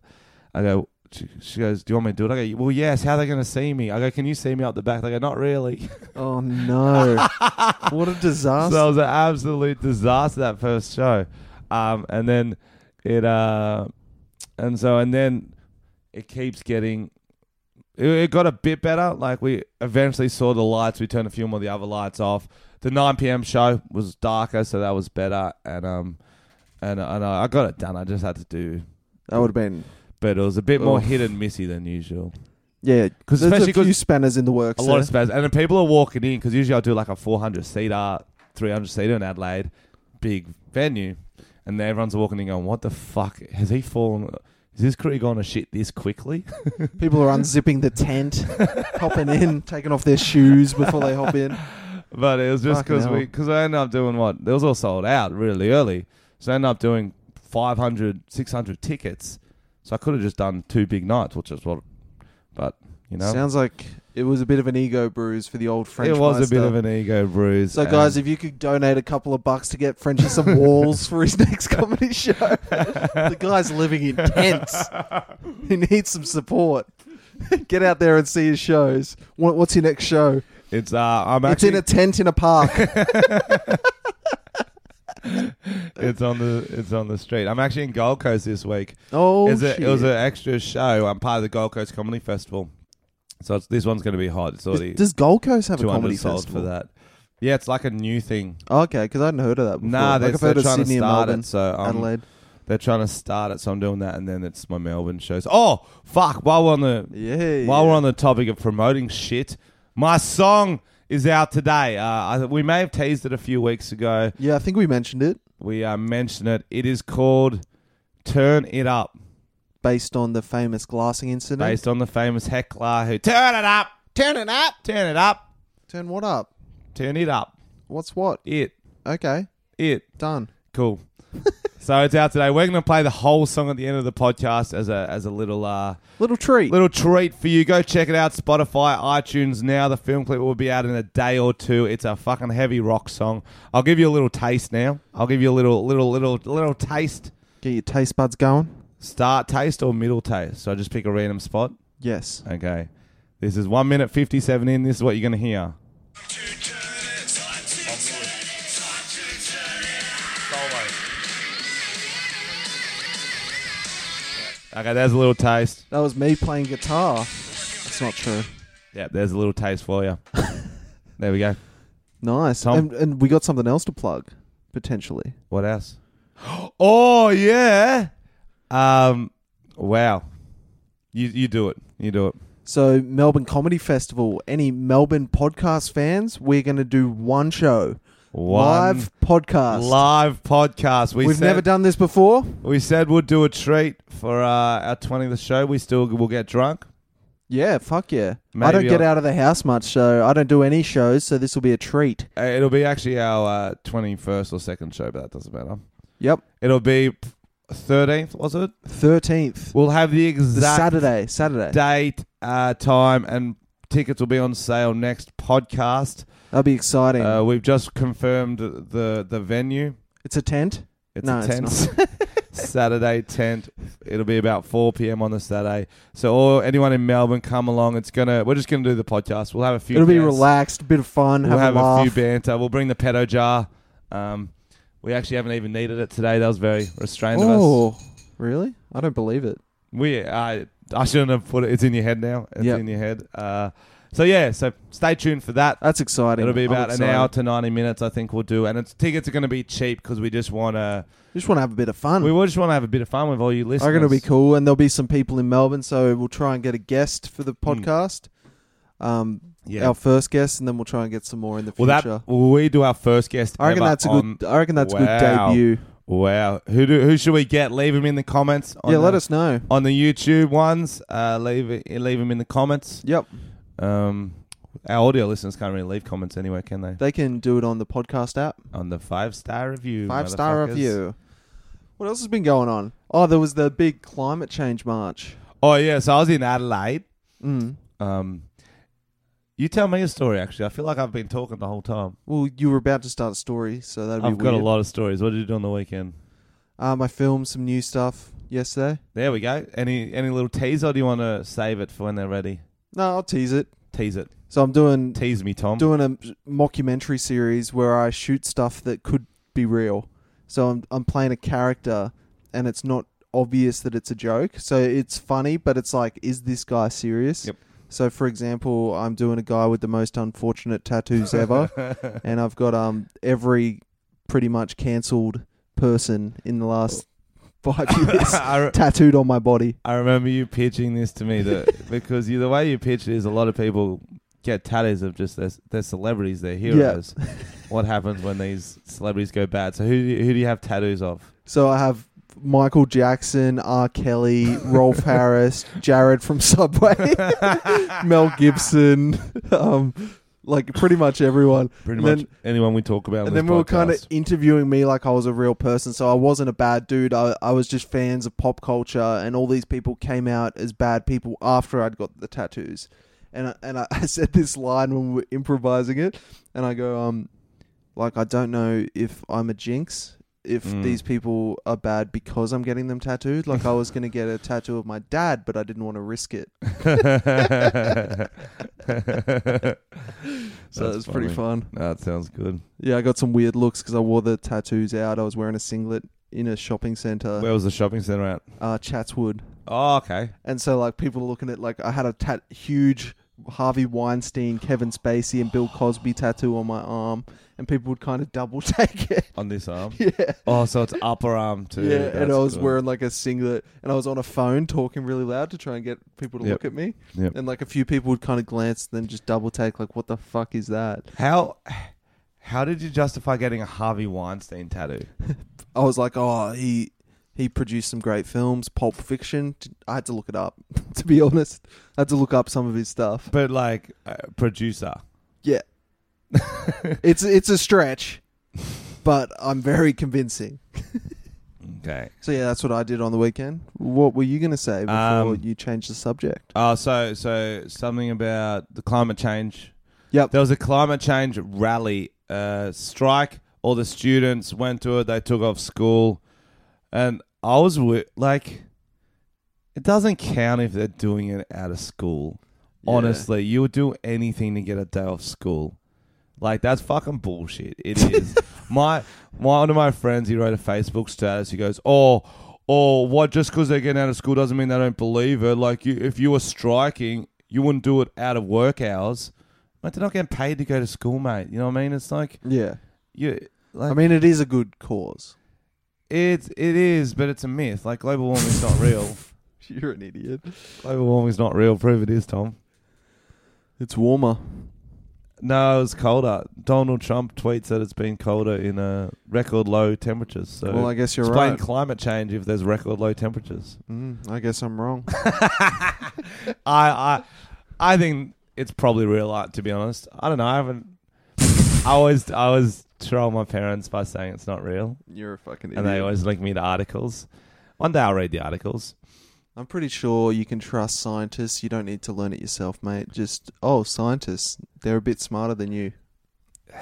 Speaker 3: I go. She, she goes, "Do you want me to do it?" I go, "Well, yes." How are they going to see me? I go, "Can you see me up the back?" They go, "Not really."
Speaker 2: oh no. what a disaster.
Speaker 3: so it was an absolute disaster that first show, um, and then it, uh, and so and then it keeps getting. It, it got a bit better. Like we eventually saw the lights. We turned a few more of the other lights off. The 9 p.m. show was darker, so that was better. And um, and and I I got it done. I just had to do
Speaker 2: that would have been
Speaker 3: but it was a bit more
Speaker 2: Oof.
Speaker 3: hit and missy than usual.
Speaker 2: yeah.
Speaker 3: 'Cause
Speaker 2: Because there's
Speaker 3: especially
Speaker 2: a few
Speaker 3: 'cause
Speaker 2: spanners in the works.
Speaker 3: A lot of
Speaker 2: there.
Speaker 3: space, and then people are walking in because usually I do like a 400 seater, 300 seater in Adelaide, big venue, and then everyone's walking in going, "What the fuck has he fallen? Is his career gone to shit this quickly?"
Speaker 2: People are unzipping the tent, hopping in, taking off their shoes before they hop in.
Speaker 3: But it was just
Speaker 2: Fucking
Speaker 3: because
Speaker 2: hell.
Speaker 3: we because I ended up doing what it was all sold out really early, so I ended up doing 500, 600 tickets, so I could have just done two big nights, which is what, but you know.
Speaker 2: Sounds like it was a bit of an ego bruise for the old French.
Speaker 3: it was a bit
Speaker 2: Meister.
Speaker 3: of an ego bruise.
Speaker 2: So, guys,
Speaker 3: and-
Speaker 2: if you could donate a couple of bucks to get Frenchy some walls for his next comedy show, the guy's living in tents. he needs some support. get out there and see his shows. What, what's your next show?
Speaker 3: it's uh, I'm actually
Speaker 2: it's in a tent in a park.
Speaker 3: It's on the it's on the street. I'm actually in Gold Coast this week.
Speaker 2: oh,
Speaker 3: it's a,
Speaker 2: shit.
Speaker 3: it was an extra show. I'm part of the Gold Coast Comedy Festival, so it's, this one's going to be hot. It's
Speaker 2: does,
Speaker 3: already
Speaker 2: does Gold Coast have a
Speaker 3: 200
Speaker 2: comedy
Speaker 3: sold
Speaker 2: festival?
Speaker 3: for that. Yeah, it's like a new thing.
Speaker 2: Oh, okay, because I hadn't heard of that before.
Speaker 3: Nah,
Speaker 2: like
Speaker 3: they're,
Speaker 2: I've heard
Speaker 3: they're
Speaker 2: of
Speaker 3: trying
Speaker 2: Sydney
Speaker 3: to
Speaker 2: and
Speaker 3: start
Speaker 2: Melbourne,
Speaker 3: it. So um,
Speaker 2: Adelaide.
Speaker 3: they're trying to start it. So I'm doing that, and then it's my Melbourne shows. Oh fuck! While we're on the
Speaker 2: Yeah.
Speaker 3: while we're on the topic of promoting shit, my song is out today. Uh, I, we may have teased it a few weeks ago.
Speaker 2: yeah, I think we mentioned it
Speaker 3: We uh, mentioned it. It is called "Turn It Up."
Speaker 2: based on the famous glassing incident.
Speaker 3: based on the famous heckler who turn it up, turn it up, turn it up,
Speaker 2: Turn what up?
Speaker 3: turn it up.
Speaker 2: What's what?
Speaker 3: It
Speaker 2: Okay.
Speaker 3: it.
Speaker 2: Done.
Speaker 3: Cool. so it's out today. We're going to play the whole song at the end of the podcast as a as a little uh
Speaker 2: Little treat.
Speaker 3: little treat for you. Go check it out. Spotify, iTunes now. The film clip will be out in a day or two. It's a fucking heavy rock song. I'll give you a little taste now. I'll give you a little little little little taste.
Speaker 2: Get your taste buds going.
Speaker 3: Start taste or middle taste. So I just pick a random spot.
Speaker 2: Yes.
Speaker 3: Okay. This is one minute fifty seven in. This is what you're gonna hear. Okay, there's a little taste.
Speaker 2: That was me playing guitar. That's not true.
Speaker 3: Yeah, there's a little taste for you. there we go.
Speaker 2: Nice.
Speaker 3: Tom?
Speaker 2: And, and we got something else to plug, potentially.
Speaker 3: What else? Oh yeah. Um. Wow. You you do it. You do it.
Speaker 2: So, Melbourne Comedy Festival. Any Melbourne podcast fans, we're going to do one show.
Speaker 3: One
Speaker 2: live podcast.
Speaker 3: Live podcast. We
Speaker 2: We've
Speaker 3: said,
Speaker 2: never done this before.
Speaker 3: We said we'd do a treat for uh, our twentieth show. We still will get drunk.
Speaker 2: Yeah, fuck yeah. I
Speaker 3: Maybe
Speaker 2: don't get
Speaker 3: I'll-
Speaker 2: out of the house much, so I don't do any shows, so this will be a treat.
Speaker 3: Uh, It'll be actually our uh, twenty-first or second show, but that doesn't matter.
Speaker 2: Yep.
Speaker 3: It'll be thirteenth, was it?
Speaker 2: 13th.
Speaker 3: We'll have the
Speaker 2: The
Speaker 3: exact
Speaker 2: Saturday. Saturday.
Speaker 3: date, uh, time, and tickets will be on sale next podcast.
Speaker 2: That'll be exciting.
Speaker 3: Uh, we've just confirmed the the venue.
Speaker 2: it's a tent.
Speaker 3: It's
Speaker 2: No,
Speaker 3: a
Speaker 2: it's
Speaker 3: tent. Saturday tent. It'll be about four PM on the Saturday. So or anyone in Melbourne come along. It's gonna we're just gonna do the podcast. We'll have a few
Speaker 2: It'll be
Speaker 3: guests.
Speaker 2: relaxed, bit of fun,
Speaker 3: We'll
Speaker 2: have,
Speaker 3: have
Speaker 2: a laugh.
Speaker 3: a few banter. We'll bring the pedo jar. Um, we actually haven't even needed it today. That was very restrained of us.
Speaker 2: oh, really? I don't believe it.
Speaker 3: We I I shouldn't have put it it's in your head now. It's
Speaker 2: Yep.
Speaker 3: in your head. Uh, so yeah, so stay tuned for that.
Speaker 2: That's exciting.
Speaker 3: It'll be
Speaker 2: I'm
Speaker 3: about an
Speaker 2: excited.
Speaker 3: hour to 90 minutes, I think we'll do. And it's, tickets are going to be cheap because we just want to.
Speaker 2: Just want to have a bit of fun.
Speaker 3: We will just want to have a bit of fun with all you listeners.
Speaker 2: are going to be cool, and there'll be some people in Melbourne, so we'll try and get a guest for the podcast. Um,
Speaker 3: Hmm. Yeah.
Speaker 2: our first guest, and then we'll try and get some more in the
Speaker 3: Will
Speaker 2: future.
Speaker 3: that will we do our first guest?
Speaker 2: I reckon
Speaker 3: ever
Speaker 2: that's a
Speaker 3: on-
Speaker 2: good. I reckon that's
Speaker 3: Wow.
Speaker 2: a good debut.
Speaker 3: Wow. Who do, who should we get? Leave them in the comments. On
Speaker 2: yeah,
Speaker 3: the,
Speaker 2: let us know.
Speaker 3: on the YouTube ones. Uh, leave it- leave them in the comments.
Speaker 2: Yep,
Speaker 3: Um, our audio listeners can't really leave comments anyway, can they?
Speaker 2: they can do it on the podcast app.
Speaker 3: On the five star review.
Speaker 2: Five star
Speaker 3: motherfuckers.
Speaker 2: review. What else has been going on? Oh, there was the big climate change march.
Speaker 3: Oh yeah. So I was in Adelaide.
Speaker 2: Mm.
Speaker 3: Um, you tell me a story. Actually, I feel like I've been talking the whole time.
Speaker 2: Well, you were about to start a story, so that'd be
Speaker 3: I've
Speaker 2: weird.
Speaker 3: got a lot of stories. What did you do on the weekend?
Speaker 2: Um, I filmed some new stuff yesterday.
Speaker 3: There we go. Any any little tease, or do you want to save it for when they're ready?
Speaker 2: No, I'll tease it.
Speaker 3: Tease it.
Speaker 2: So I'm doing
Speaker 3: Tease me, Tom.
Speaker 2: doing a mockumentary series where I shoot stuff that could be real. So I'm I'm playing a character, and it's not obvious that it's a joke. So it's funny, but it's like, is this guy serious?
Speaker 3: Yep.
Speaker 2: So for example, I'm doing a guy with the most unfortunate tattoos ever, and I've got um every pretty much cancelled person in the last five years
Speaker 3: I, re-
Speaker 2: tattooed on my body.
Speaker 3: I remember you pitching this to me that because you, the way you pitch it is a lot of people get tattoos of just their, their celebrities, their heroes. what happens when these celebrities go bad? So who do you, who do you have tattoos of?
Speaker 2: So I have Michael Jackson, R. Kelly, Rolf Harris, Jared from Subway, Mel Gibson, um, like pretty much everyone.
Speaker 3: Pretty
Speaker 2: And
Speaker 3: much
Speaker 2: then-
Speaker 3: anyone we talk about. on
Speaker 2: and
Speaker 3: this
Speaker 2: then we were kind of
Speaker 3: podcast.
Speaker 2: interviewing me like I was a real person. So I wasn't a bad dude. I, I was just fans of pop culture, and all these people came out as bad people after I'd got the tattoos. And I, and I, I said this line when we were improvising it, and I go, um, like I don't know if I'm a jinx, if
Speaker 3: Mm.
Speaker 2: these people are bad because I'm getting them tattooed. Like I was gonna get a tattoo of my dad, but I didn't want to risk it. So it was
Speaker 3: That's
Speaker 2: pretty fun.
Speaker 3: That sounds good.
Speaker 2: Yeah, I got some weird looks because I wore the tattoos out. I was wearing a singlet in a shopping center,
Speaker 3: Where was the shopping center at?
Speaker 2: uh, Chatswood.
Speaker 3: Oh, okay.
Speaker 2: And so like people are looking at like I had a tat- huge Harvey Weinstein, Kevin Spacey, and Bill Cosby tattoo on my arm, and people would kind of double take it.
Speaker 3: On this arm.
Speaker 2: Yeah,
Speaker 3: Oh, so it's upper arm too.
Speaker 2: yeah. and
Speaker 3: That's
Speaker 2: I was
Speaker 3: good.
Speaker 2: wearing like a singlet, and I was on a phone talking really loud to try and get people to
Speaker 3: Yep.
Speaker 2: look at me.
Speaker 3: Yep.
Speaker 2: And like a few people would kind of glance, then just double take, like, "What the fuck is that?"
Speaker 3: How how did you justify getting a Harvey Weinstein tattoo?
Speaker 2: I was like, "Oh, he." He produced some great films, Pulp Fiction. I had to look it up, to be honest. I had to look up some of his stuff.
Speaker 3: But like uh, producer.
Speaker 2: Yeah. it's it's a stretch. but I'm very convincing.
Speaker 3: Okay.
Speaker 2: So yeah, that's what I did on the weekend. What were you going to say before
Speaker 3: Um,
Speaker 2: you changed the subject?
Speaker 3: Oh, so so something about the climate change.
Speaker 2: Yep.
Speaker 3: There was a climate change rally uh, strike. All the students went to it. They took off school, and I was wi- like, it doesn't count if they're doing it out of school.
Speaker 2: Yeah.
Speaker 3: Honestly, you would do anything to get a day off school. Like that's fucking bullshit. It is. my, my one of my friends, he wrote a Facebook status. He goes, "Oh, oh, what? Just because they're getting out of school doesn't mean they don't believe it. Like you, if you were striking, you wouldn't do it out of work hours. Like they're not getting paid to go to school, mate. You know what I mean? It's like
Speaker 2: Yeah.
Speaker 3: you. Like,
Speaker 2: I mean, it is a good cause.
Speaker 3: it's it is, but it's a myth. Like global warming's not real.
Speaker 2: You're an idiot.
Speaker 3: Global warming's not real. Prove it is, Tom.
Speaker 2: It's warmer.
Speaker 3: No, it was colder. Donald Trump tweets that it's been colder in uh, record low temperatures. So
Speaker 2: well, I guess you're
Speaker 3: explain
Speaker 2: right.
Speaker 3: climate change if there's record low temperatures.
Speaker 2: Mm, I guess I'm wrong.
Speaker 3: I, I I think it's probably real art to be honest. I don't know. I haven't. I always I always troll my parents by saying it's not real,
Speaker 2: you're a fucking idiot.
Speaker 3: and they always link me to articles. One day I'll read the articles.
Speaker 2: I'm pretty sure you can trust scientists. You don't need to learn it yourself, mate. Just oh, scientists, they're a bit smarter than you.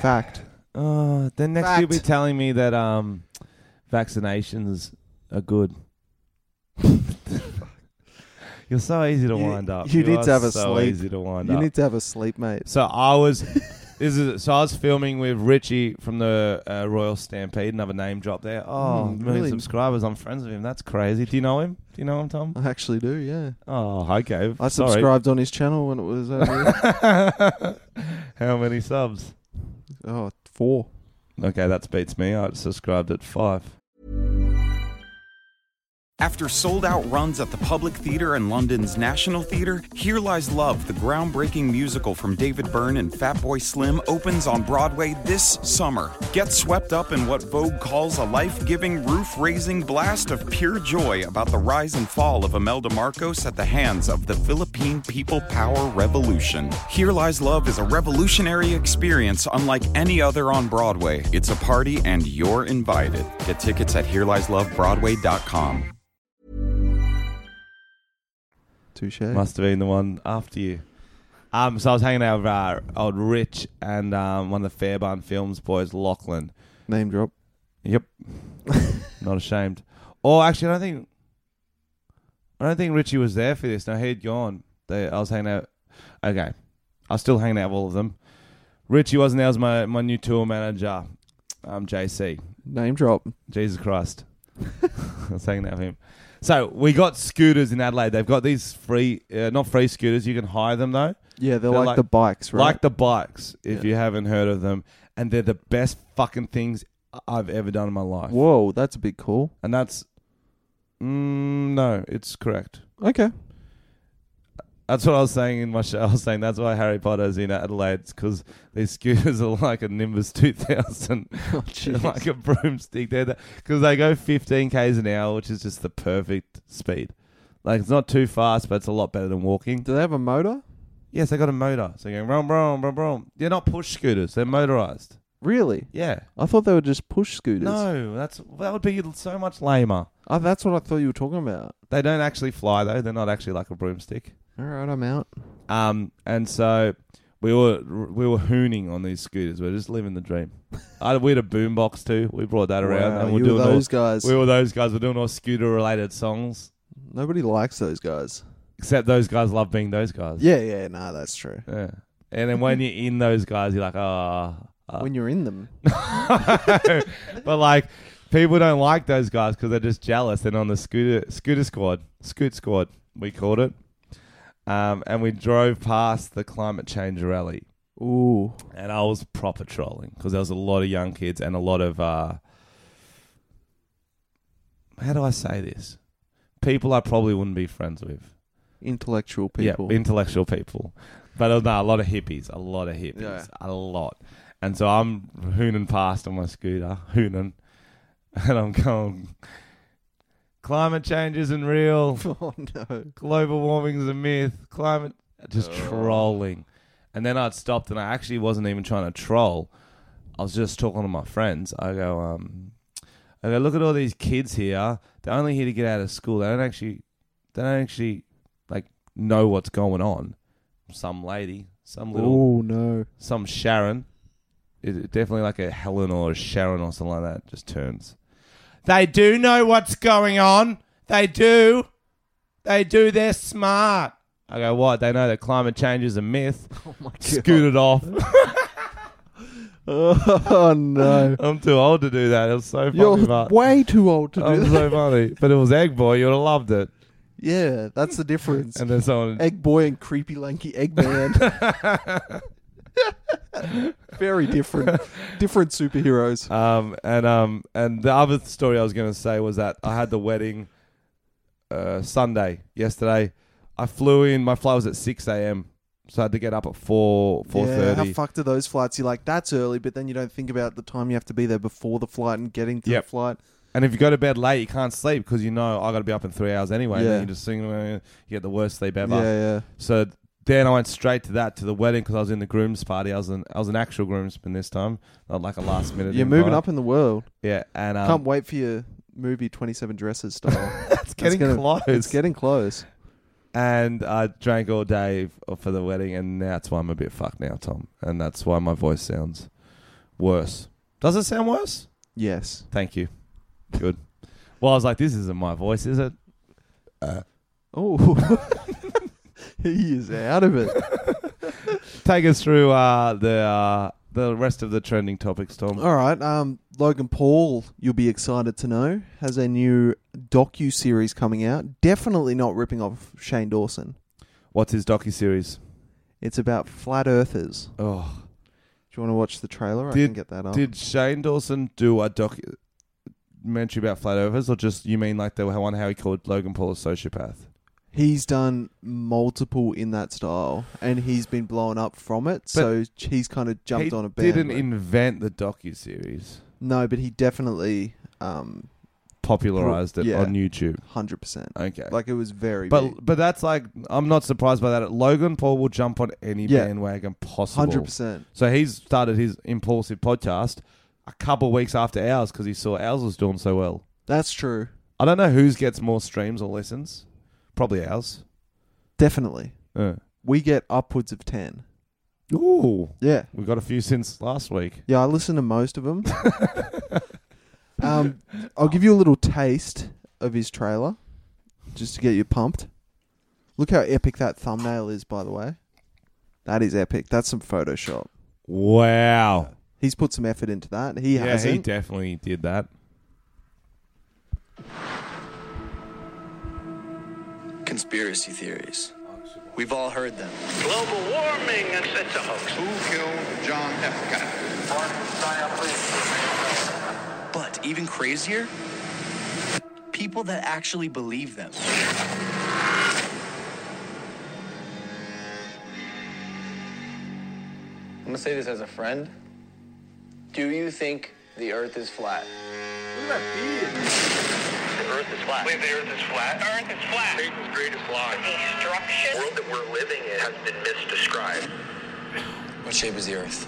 Speaker 2: Fact.
Speaker 3: Uh, then next you'll be
Speaker 2: Fact.
Speaker 3: telling me that um, vaccinations are good. You're so easy to
Speaker 2: You-
Speaker 3: wind up.
Speaker 2: you need
Speaker 3: are
Speaker 2: to have a
Speaker 3: so
Speaker 2: sleep.
Speaker 3: easy to wind
Speaker 2: You
Speaker 3: up.
Speaker 2: need to have a sleep, mate.
Speaker 3: so I was, this is so I was filming with Richie from the uh, Royal Stampede. Another name drop there. Oh,
Speaker 2: Mm,
Speaker 3: million
Speaker 2: really?
Speaker 3: subscribers. I'm friends with him. That's crazy. Do you know him? Do you know him, Tom?
Speaker 2: I actually do. Yeah,
Speaker 3: Oh, okay.
Speaker 2: I
Speaker 3: Sorry.
Speaker 2: subscribed on his channel when it was um, over
Speaker 3: How many subs?
Speaker 2: oh four.
Speaker 3: Okay, that beats me. I subscribed at five.
Speaker 1: After sold out runs at the Public Theatre and London's National Theatre, Here Lies Love, the groundbreaking musical from David Byrne and Fatboy Slim, opens on Broadway this summer. Get swept up in what Vogue calls a life giving, roof raising blast of pure joy about the rise and fall of Imelda Marcos at the hands of the Philippine People Power Revolution. Here Lies Love is a revolutionary experience unlike any other on Broadway. It's a party, and you're invited. Get tickets at HereLiesLoveBroadway.com.
Speaker 2: Touche.
Speaker 3: Must have been the one after you. Um, so I was hanging out with uh, old Rich and um, one of the Fairbairn Films boys, Lachlan.
Speaker 2: Name drop.
Speaker 3: Yep, not ashamed. Or actually, I don't think, I don't think Richie was there for this. No, he had gone. They, I was hanging out. Okay, I was still hanging out with all of them. Richie wasn't there. Was my my new tour manager, um, JC.
Speaker 2: Name drop.
Speaker 3: Jesus Christ. I was hanging out with him. So we got scooters in Adelaide. They've got these free, uh, not free scooters. You can hire them though,
Speaker 2: Yeah, they're,
Speaker 3: They're
Speaker 2: like,
Speaker 3: like-
Speaker 2: the bikes, right?
Speaker 3: like the bikes. If
Speaker 2: Yeah.
Speaker 3: you haven't heard of them, and they're the best fucking things I've ever done in my life.
Speaker 2: Whoa, that's a big call.
Speaker 3: And that's mm, no, it's correct.
Speaker 2: Okay.
Speaker 3: That's what I was saying in my show. I was saying that's why Harry Potter's in Adelaide because these scooters are like a Nimbus two thousand.
Speaker 2: Oh,
Speaker 3: They're like a broomstick. They're because they go 15 k's an hour, which is just the perfect speed. Like it's not too fast, but it's a lot better than walking.
Speaker 2: Do they have a motor?
Speaker 3: Yes, they got a motor, so you're going brom brom brom brom. They're not push scooters; they're motorized.
Speaker 2: Really?
Speaker 3: Yeah.
Speaker 2: I thought they were just push scooters.
Speaker 3: No, that's that would be so much lamer.
Speaker 2: Oh, that's what I thought you were talking about.
Speaker 3: They don't actually fly though; they're not actually like a broomstick.
Speaker 2: All right, I'm out.
Speaker 3: Um, and so we were we were hooning on these scooters. We are just living the dream. I, we had a boombox too. We brought that around,
Speaker 2: Wow,
Speaker 3: and we're
Speaker 2: you
Speaker 3: doing
Speaker 2: were
Speaker 3: all,
Speaker 2: those guys.
Speaker 3: we were those guys. We're doing all scooter related songs.
Speaker 2: Nobody likes those guys.
Speaker 3: Except those guys love being those guys.
Speaker 2: Yeah, yeah, nah, that's true.
Speaker 3: Yeah. And then when you're in those guys, you're like, ah. ah."
Speaker 2: When you're in them,
Speaker 3: but like, people don't like those guys because they're just jealous. They're on the scooter scooter squad, scoot squad, we called it. Um, and we drove past the climate change rally,
Speaker 2: ooh,
Speaker 3: and I was proper trolling because there was a lot of young kids and a lot of uh, how do I say this? People I probably wouldn't be friends with.
Speaker 2: intellectual people.
Speaker 3: Yeah, intellectual people. But uh, no, a lot of hippies, a lot of hippies,
Speaker 2: Yeah.
Speaker 3: a lot. And so I'm hooning past on my scooter, hooning, and I'm going, climate change isn't real,
Speaker 2: oh no,
Speaker 3: global warming's a myth, climate, just trolling. And then I'd stopped and I actually wasn't even trying to troll. I was just talking to my friends. I go, um, I go, look at all these kids here. They're only here to get out of school. They don't actually, they don't actually, like, know what's going on. Some lady, some little
Speaker 2: Oh no!
Speaker 3: some Sharon, is it definitely like a Helen or a Sharon or something like that, just turns. They do know what's going on. They do. They do. They're smart. I go, what? They know that climate change is a myth.
Speaker 2: Oh my god!
Speaker 3: Scooted off.
Speaker 2: Oh no!
Speaker 3: I'm too old to do that. It was so funny.
Speaker 2: You're
Speaker 3: but-
Speaker 2: way too old to do
Speaker 3: I'm
Speaker 2: that.
Speaker 3: so funny. But it was Egg Boy. You would have loved it.
Speaker 2: Yeah, that's the difference.
Speaker 3: And then someone.
Speaker 2: Egg boy and creepy lanky Eggman. Very different, different superheroes.
Speaker 3: Um, and um, and the other story I was going to say was that I had the wedding uh, Sunday yesterday. I flew in. My flight was at six a.m., so I had to get up at four four
Speaker 2: yeah,
Speaker 3: thirty.
Speaker 2: how fucked are those flights? You're like, that's early, but then you don't think about the time you have to be there before the flight and getting to
Speaker 3: Yep.
Speaker 2: the flight.
Speaker 3: and if you go to bed late, you can't sleep because you know I got to be up in three hours anyway. And
Speaker 2: Yeah.
Speaker 3: then you just sing, you get the worst sleep ever.
Speaker 2: Yeah, yeah.
Speaker 3: So then I went straight to that to the wedding because I was in the groom's party. I was an I was an actual groomsman this time, not like a last minute.
Speaker 2: You're moving
Speaker 3: invite.
Speaker 2: up in the world.
Speaker 3: Yeah, and um,
Speaker 2: Can't wait for your movie Twenty Seven Dresses style.
Speaker 3: it's getting
Speaker 2: gonna-
Speaker 3: close.
Speaker 2: it's getting close.
Speaker 3: and I drank all day f- for the wedding, and that's why I'm a bit fucked now, Tom. And that's why my voice sounds worse. Does it sound worse?
Speaker 2: Yes.
Speaker 3: Thank you. Good. well, I was like, this isn't my voice, is it?
Speaker 2: Oh, he is out of it.
Speaker 3: Take us through uh, the uh, the rest of the trending topics, Tom.
Speaker 2: All right, um, Logan Paul, you'll be excited to know, has a new docu series coming out. Definitely not ripping off Shane Dawson.
Speaker 3: What's his docu series?
Speaker 2: It's about flat earthers.
Speaker 3: Oh,
Speaker 2: Do you want to watch the trailer? I
Speaker 3: Did-
Speaker 2: can get that up.
Speaker 3: did Shane Dawson do a documentary about flat earthers, or just you mean like the one how he called Logan Paul a sociopath?
Speaker 2: he's done multiple in that style, and he's been blown up from it. so he's kind of jumped
Speaker 3: he
Speaker 2: on a band.
Speaker 3: didn't invent the docu series.
Speaker 2: no, but he definitely, um,
Speaker 3: popularized it
Speaker 2: Yeah.
Speaker 3: on YouTube.
Speaker 2: hundred percent.
Speaker 3: Okay.
Speaker 2: Like it was very,
Speaker 3: but but that's like I'm not surprised by that. Logan Paul will jump on any
Speaker 2: Yeah.
Speaker 3: bandwagon possible.
Speaker 2: hundred percent.
Speaker 3: So he's started his impulsive podcast a couple weeks after ours because he saw ours was doing so well.
Speaker 2: That's true.
Speaker 3: I don't know whose gets more streams or listens. Probably ours.
Speaker 2: Definitely,
Speaker 3: Uh.
Speaker 2: we get upwards of ten.
Speaker 3: Ooh,
Speaker 2: Yeah.
Speaker 3: we got a few since last week.
Speaker 2: Yeah, I listen to most of them. um, I'll give you a little taste of his trailer, just to get you pumped. Look how epic that thumbnail is, by the way. That is epic. That's some Photoshop.
Speaker 3: Wow.
Speaker 2: He's put some effort into that. He
Speaker 3: Yeah, he
Speaker 2: hasn't.
Speaker 3: definitely did that.
Speaker 5: Conspiracy theories. We've all heard them.
Speaker 4: Global warming, and it's a hoax.
Speaker 6: Who killed John F. Kennedy?
Speaker 5: But even crazier, people that actually believe them.
Speaker 7: I'm gonna say this as a friend. Do you think the Earth is flat?
Speaker 8: The Earth is flat.
Speaker 4: Wait, the Earth is flat.
Speaker 8: Earth is flat.
Speaker 4: Satan's greatest lie.
Speaker 8: Destruction.
Speaker 9: The world that we're living in has been misdescribed.
Speaker 5: What shape is the Earth?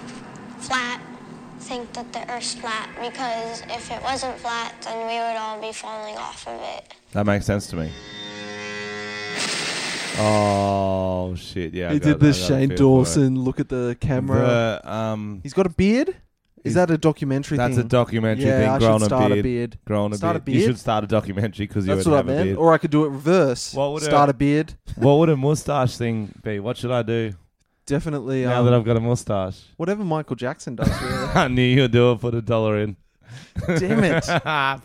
Speaker 10: flat think that the earth's flat because if it wasn't flat then we would all be falling off of it
Speaker 3: That makes sense to me. Oh shit! Yeah, I
Speaker 2: He
Speaker 3: got-
Speaker 2: did
Speaker 3: I
Speaker 2: the
Speaker 3: got a
Speaker 2: Shane
Speaker 3: feel for it.
Speaker 2: Dawson look at the camera.
Speaker 3: The, um,
Speaker 2: He's got a beard. Is that a documentary?
Speaker 3: that's a
Speaker 2: thing?
Speaker 3: documentary
Speaker 2: Yeah,
Speaker 3: thing.
Speaker 2: I
Speaker 3: growing
Speaker 2: should
Speaker 3: a
Speaker 2: start
Speaker 3: beard.
Speaker 2: a beard.
Speaker 3: Growing a
Speaker 2: Start a
Speaker 3: beard. You
Speaker 2: beard?
Speaker 3: should start a documentary because you
Speaker 2: That's
Speaker 3: would
Speaker 2: what I
Speaker 3: have a
Speaker 2: meant.
Speaker 3: beard.
Speaker 2: Or I could do it reverse.
Speaker 3: What would a-
Speaker 2: start a beard.
Speaker 3: what would a mustache thing be? What should I do
Speaker 2: Definitely.
Speaker 3: now
Speaker 2: um,
Speaker 3: that I've got a mustache?
Speaker 2: whatever Michael Jackson does. Really.
Speaker 3: I knew you'd do it. Put a dollar in.
Speaker 2: Damn it.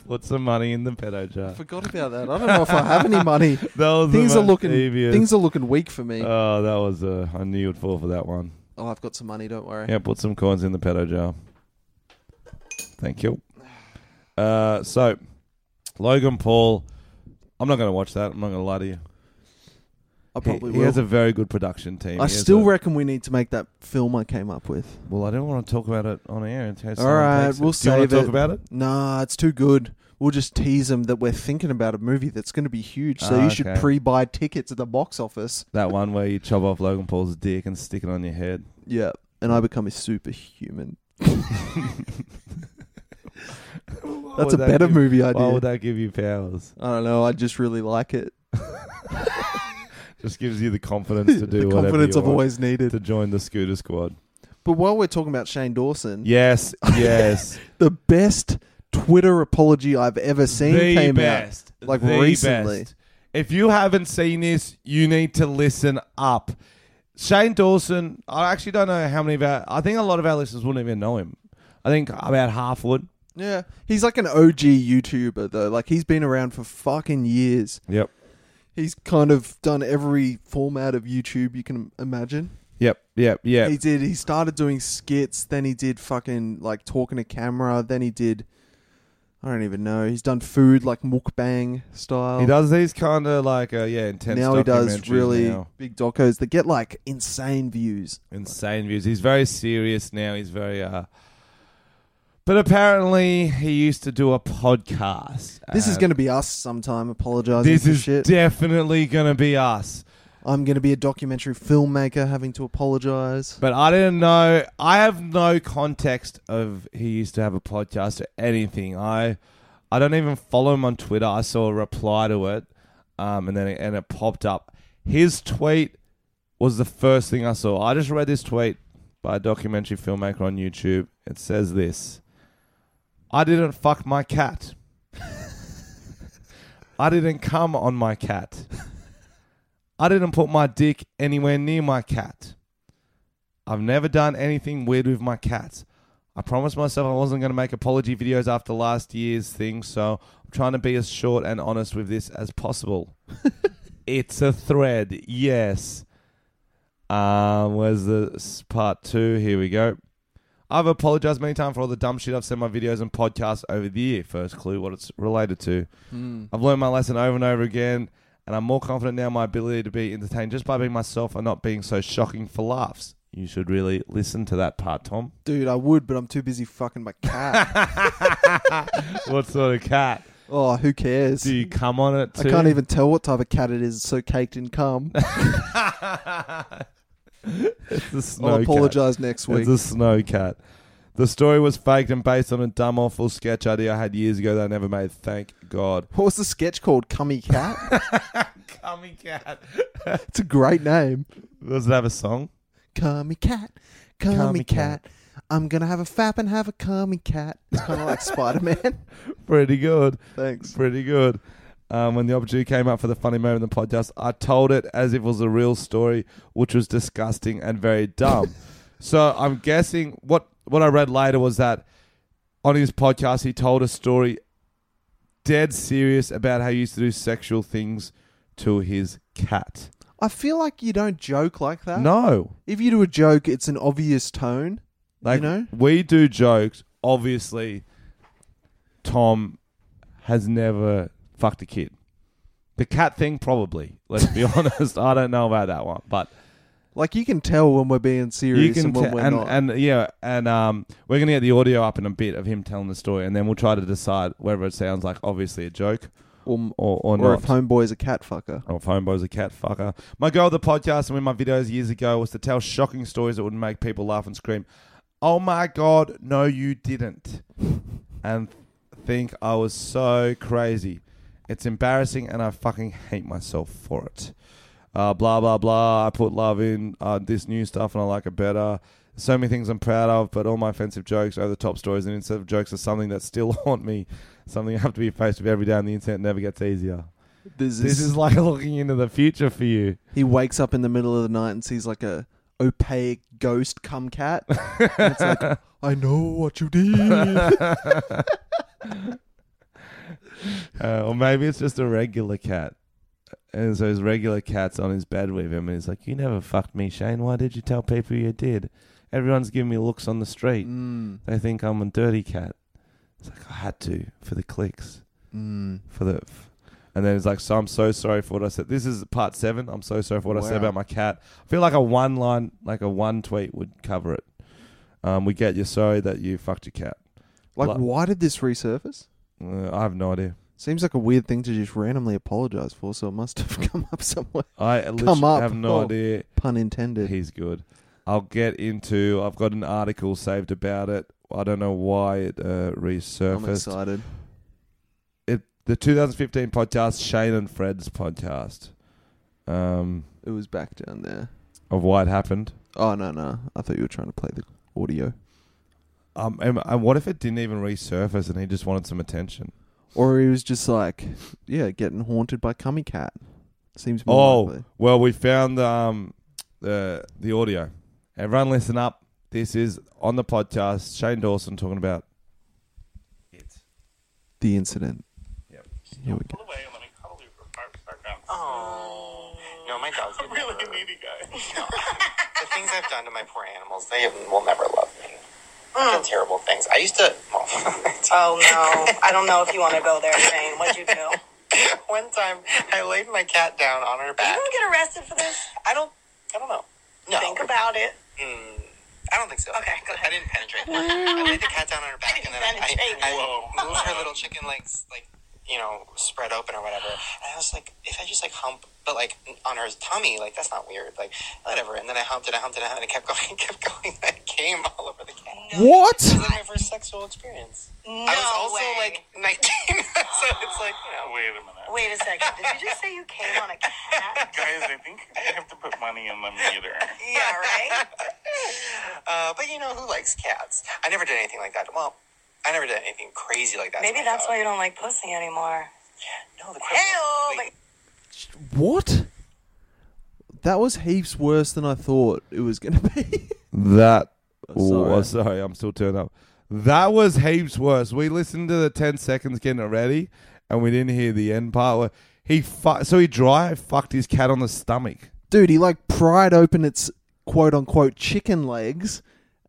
Speaker 3: Put some money in the pedo jar.
Speaker 2: Forgot about that. I don't know if I have any money.
Speaker 3: That was the
Speaker 2: things are
Speaker 3: most
Speaker 2: looking
Speaker 3: devious.
Speaker 2: things are looking weak for me.
Speaker 3: Oh, that was. Uh, I knew you'd fall for that one.
Speaker 2: oh, I've got some money. Don't worry.
Speaker 3: Yeah, put some coins in the pedo jar. Thank you. Uh, so, Logan Paul. I'm not going to watch that. I'm not going to lie to you.
Speaker 2: I
Speaker 3: He-
Speaker 2: probably
Speaker 3: he,
Speaker 2: will.
Speaker 3: has a very good production team.
Speaker 2: I
Speaker 3: He has
Speaker 2: still
Speaker 3: a-
Speaker 2: reckon we need to make that film I came up with.
Speaker 3: well, I don't want to talk about it on air. In case
Speaker 2: All
Speaker 3: someone
Speaker 2: right,
Speaker 3: takes it.
Speaker 2: we'll
Speaker 3: Do you wanna
Speaker 2: save
Speaker 3: talk
Speaker 2: it.
Speaker 3: about it?
Speaker 2: Nah, it's too good. We'll just tease them that we're thinking about a movie that's going to be huge. So
Speaker 3: Ah,
Speaker 2: you should
Speaker 3: okay.
Speaker 2: pre-buy tickets at the box office.
Speaker 3: That one where you chop off Logan Paul's dick and stick it on your head.
Speaker 2: Yeah, and I become a superhuman. That's a
Speaker 3: would that
Speaker 2: better
Speaker 3: give-
Speaker 2: movie idea.
Speaker 3: Why would that give you powers?
Speaker 2: I don't know. I just really like it.
Speaker 3: Just gives you the confidence to do
Speaker 2: the
Speaker 3: whatever
Speaker 2: confidence
Speaker 3: you
Speaker 2: I've
Speaker 3: want
Speaker 2: always needed.
Speaker 3: to join the scooter squad.
Speaker 2: But while we're talking about Shane Dawson,
Speaker 3: Yes, yes.
Speaker 2: the best Twitter apology I've ever seen came out like
Speaker 3: the
Speaker 2: recently.
Speaker 3: best. If you haven't seen this, you need to listen up. Shane Dawson, I actually don't know how many of our, I think a lot of our listeners wouldn't even know him. I think about half would.
Speaker 2: Yeah, he's like an OG YouTuber though. Like he's been around for fucking years.
Speaker 3: Yep.
Speaker 2: He's kind of done every format of YouTube you can imagine.
Speaker 3: Yep. Yep. Yep.
Speaker 2: He did. He started doing skits. Then he did fucking like talking to camera. Then he did. I don't even know. He's done food like mukbang style.
Speaker 3: he does these kind of like, uh, yeah, intense
Speaker 2: um, now he does
Speaker 3: documentaries
Speaker 2: really
Speaker 3: now.
Speaker 2: big docos that get like insane views.
Speaker 3: insane views. He's very serious now. He's very, uh, but apparently he used to do a podcast.
Speaker 2: This is
Speaker 3: and
Speaker 2: going to be us sometime apologizing
Speaker 3: Uh, This
Speaker 2: for
Speaker 3: is
Speaker 2: shit.
Speaker 3: definitely going to be us.
Speaker 2: I'm going to be a documentary filmmaker having to apologize.
Speaker 3: But I didn't know. I have no context of he used to have a podcast or anything. I I don't even follow him on Twitter. I saw a reply to it, um, and then it, and it popped up. His tweet was the first thing I saw. I just read this tweet by a documentary filmmaker on YouTube. It says this: I didn't fuck my cat. I didn't come on my cat. I didn't put my dick anywhere near my cat. I've never done anything weird with my cats. I promised myself I wasn't going to make apology videos after last year's thing, so I'm trying to be as short and honest with this as possible. it's a thread, yes. Um, where's the s- part two? Here we go. I've apologized many times for all the dumb shit I've said in my videos and podcasts over the year. First clue what it's related to. I've learned my lesson over and over again, and I'm more confident now in my ability to be entertained just by being myself and not being so shocking for laughs. You should really listen to that part, Tom.
Speaker 2: Dude, I would, but I'm too busy fucking my cat.
Speaker 3: what sort of cat?
Speaker 2: oh, who cares?
Speaker 3: Do you come on it
Speaker 2: I
Speaker 3: too?
Speaker 2: can't even tell what type of cat it is. It's so caked in cum.
Speaker 3: It's a snow
Speaker 2: e- I'll
Speaker 3: cat.
Speaker 2: apologize next week.
Speaker 3: It's a snow cat. The story was faked and based on a dumb, awful sketch idea I had years ago that I never made. Thank God.
Speaker 2: What was the sketch called? Cummy Cat?
Speaker 3: Cummy cat.
Speaker 2: it's a great name.
Speaker 3: Does it have a song?
Speaker 2: Cummy Cat.
Speaker 3: Cummy
Speaker 2: Cummy
Speaker 3: cat.
Speaker 2: Cat. I'm going to have a fap and have a cummy cat. It's kind of like Spider Man.
Speaker 3: Pretty good.
Speaker 2: Thanks.
Speaker 3: Pretty good. Um, when the opportunity came up for the funny moment in the podcast, I told it as if it was a real story, which was disgusting and very dumb. so I'm guessing what what I read later was that on his podcast he told a story dead serious about how he used to do sexual things to his cat.
Speaker 2: I feel like you don't joke like that.
Speaker 3: No.
Speaker 2: If you do a joke, it's an obvious tone. you
Speaker 3: Like
Speaker 2: know?
Speaker 3: we do jokes, obviously Tom has never fucked a kid. The cat thing probably. Let's be honest. I don't know about that one. But
Speaker 2: Like you can tell when we're being serious
Speaker 3: you can
Speaker 2: and when
Speaker 3: te-
Speaker 2: we're
Speaker 3: and,
Speaker 2: not.
Speaker 3: and yeah, and um we're gonna get the audio up in a bit of him telling the story and then we'll try to decide whether it sounds like obviously a joke
Speaker 2: or,
Speaker 3: or, or,
Speaker 2: or
Speaker 3: not.
Speaker 2: if Homeboy's a cat fucker.
Speaker 3: Oh, phone boy's a cat fucker. My goal of the podcast and with my videos years ago was to tell shocking stories that would make people laugh and scream, Oh my God, no, you didn't. And think I was so crazy. It's embarrassing and I fucking hate myself for it. Uh, blah, blah, blah. I put love in uh, this new stuff and I like it better. So many things I'm proud of, but all my offensive jokes, over the top stories, and instead of jokes are something that still haunt me. Something I have to be faced with every day on the internet never gets easier.
Speaker 2: This
Speaker 3: This is like looking into the future for you.
Speaker 2: he wakes up in the middle of the night and sees like a opaque ghost cum cat. And it's like, I know what you did.
Speaker 3: Uh, or maybe it's just a regular cat. And so his regular cat's on his bed with him, and he's like, You never fucked me, Shane. Why did you tell people you did? Everyone's giving me looks on the street.
Speaker 2: mm,
Speaker 3: They think I'm a dirty cat. It's like, I had to for the clicks.
Speaker 2: mm.
Speaker 3: For the. F-. And then he's like, So I'm so sorry for what I said. This is part seven. I'm so sorry for what I said
Speaker 2: Wow.
Speaker 3: about my cat. I feel like a one line, like a one tweet would cover it. Um, we get you sorry that you fucked your cat.
Speaker 2: Like,
Speaker 3: Like-
Speaker 2: why did this resurface?
Speaker 3: Uh, I have no idea.
Speaker 2: Seems like a weird thing to just randomly apologize for, so it must have come up somewhere.
Speaker 3: I literally
Speaker 2: up.
Speaker 3: have no
Speaker 2: Oh.
Speaker 3: idea.
Speaker 2: Pun intended.
Speaker 3: He's good. I'll get into. I've got an article saved about it. I don't know why it uh,
Speaker 2: I'm
Speaker 3: resurfaced.
Speaker 2: excited.
Speaker 3: It the 2015 podcast, Shane and Fred's podcast, um,
Speaker 2: It was back down there.
Speaker 3: of why it happened.
Speaker 2: Oh no no! I thought you were trying to play the audio,
Speaker 3: Um, and, and what if it didn't even resurface and he just wanted some attention?
Speaker 2: or he was just like, yeah, getting haunted by Cummy Cat. Seems more
Speaker 3: Oh,
Speaker 2: likely.
Speaker 3: well, we found um, the the audio. Everyone, listen up. This is on the podcast. Shane Dawson talking about
Speaker 2: the incident.
Speaker 3: Yep.
Speaker 2: Here we go.
Speaker 4: away and let me cuddle you for five seconds.
Speaker 9: Oh. No, my dogs.
Speaker 4: I'm really a needy guy.
Speaker 9: the things I've done to my poor animals, they will never love me. The terrible things. I used to. Well,
Speaker 11: Hmm. Oh no, I don't know if you want to go there, Shane. What'd you do? You
Speaker 9: one time, I laid my cat down on her back.
Speaker 11: gonna get arrested for this?
Speaker 9: I don't. I don't know. No.
Speaker 11: Think about it.
Speaker 9: Mm, I don't think so.
Speaker 11: Okay, go ahead.
Speaker 9: I didn't penetrate. her. I laid the cat down on her back, and then I,
Speaker 11: Penetrate.
Speaker 9: I, I moved her little chicken legs, like you know, spread open or whatever. And I was like, if I just like hump, but like on her tummy, like that's not weird, like whatever. And then I humped it, I humped it, I humped it, and it kept going, it kept going. I came all over the cat. It
Speaker 2: What?
Speaker 9: was like my first sexual experience.
Speaker 11: No
Speaker 9: I was also
Speaker 11: way.
Speaker 9: like 19, so it's like you know.
Speaker 4: Wait a minute.
Speaker 11: Wait a second. Did you just say you came on a cat?
Speaker 4: Guys, I think I have to put money in the meter.
Speaker 11: Yeah, right.
Speaker 9: Uh, but you know who likes cats? I never did anything like that. Well, I never did anything crazy like that.
Speaker 11: Maybe that's why you don't like pussy anymore.
Speaker 9: No, the
Speaker 11: Hell,
Speaker 9: like,
Speaker 2: What? That was heaps worse than I thought it was going to be.
Speaker 3: that.
Speaker 2: sorry.
Speaker 3: Oh, I'm sorry, I'm still turned up. That was heaps worse. We listened to the 10 seconds getting it ready, and we didn't hear the end part. Where he fu- so he dry fucked his cat on the stomach.
Speaker 2: Dude, he like pried open its quote unquote chicken legs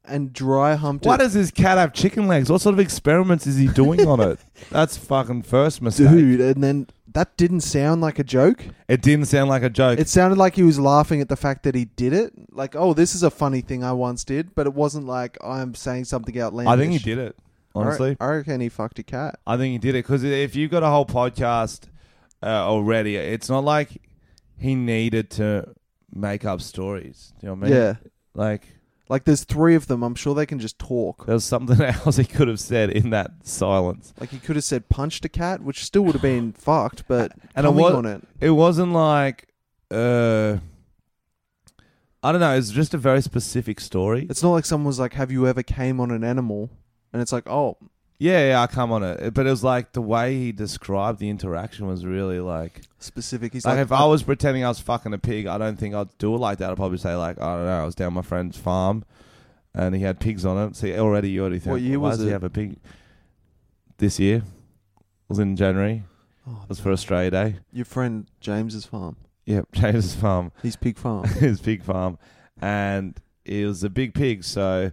Speaker 2: and dry humped
Speaker 3: Why
Speaker 2: it.
Speaker 3: does his cat have chicken legs? What sort of experiments is he doing on it? That's fucking first mistake.
Speaker 2: Dude, and then that didn't sound like a joke.
Speaker 3: It didn't sound like a joke.
Speaker 2: It sounded like he was laughing at the fact that he did it. Like, oh, this is a funny thing I once did, but it wasn't like I'm saying something outlandish.
Speaker 3: I think he did it.
Speaker 2: I re-
Speaker 3: Honestly,
Speaker 2: I reckon he fucked a cat.
Speaker 3: I think he did it because if you've got a whole podcast uh, already, it's not like he needed to make up stories. Do you know what I mean?
Speaker 2: Yeah.
Speaker 3: Like
Speaker 2: Like, there's three of them. I'm sure they can just talk.
Speaker 3: there's something else he could have said in that silence,
Speaker 2: Like, he could have said punched a cat, which still would have been fucked, but
Speaker 3: and it
Speaker 2: coming
Speaker 3: was
Speaker 2: on it.
Speaker 3: it wasn't like uh, I don't know. It's just a very specific story.
Speaker 2: It's not like someone was like, "Have you ever came on an animal?" And it's like, "Oh,
Speaker 3: yeah, yeah, I come on it, but it was like the way he described the interaction was really like
Speaker 2: specific." He's
Speaker 3: like,
Speaker 2: like,
Speaker 3: if I was pretending I was fucking a pig, I don't think I'd do it like that. I'd probably say like, I don't know, I was down my friend's farm, and he had pigs on it. See, already you already think,
Speaker 2: What year
Speaker 3: why
Speaker 2: was
Speaker 3: does he
Speaker 2: it?
Speaker 3: have a pig? This year It was in January.
Speaker 2: Oh,
Speaker 3: it was for Australia Day.
Speaker 2: your friend James's farm,
Speaker 3: Yep, James's farm,
Speaker 2: he's pig farm."
Speaker 3: his pig farm, and it was a big pig. So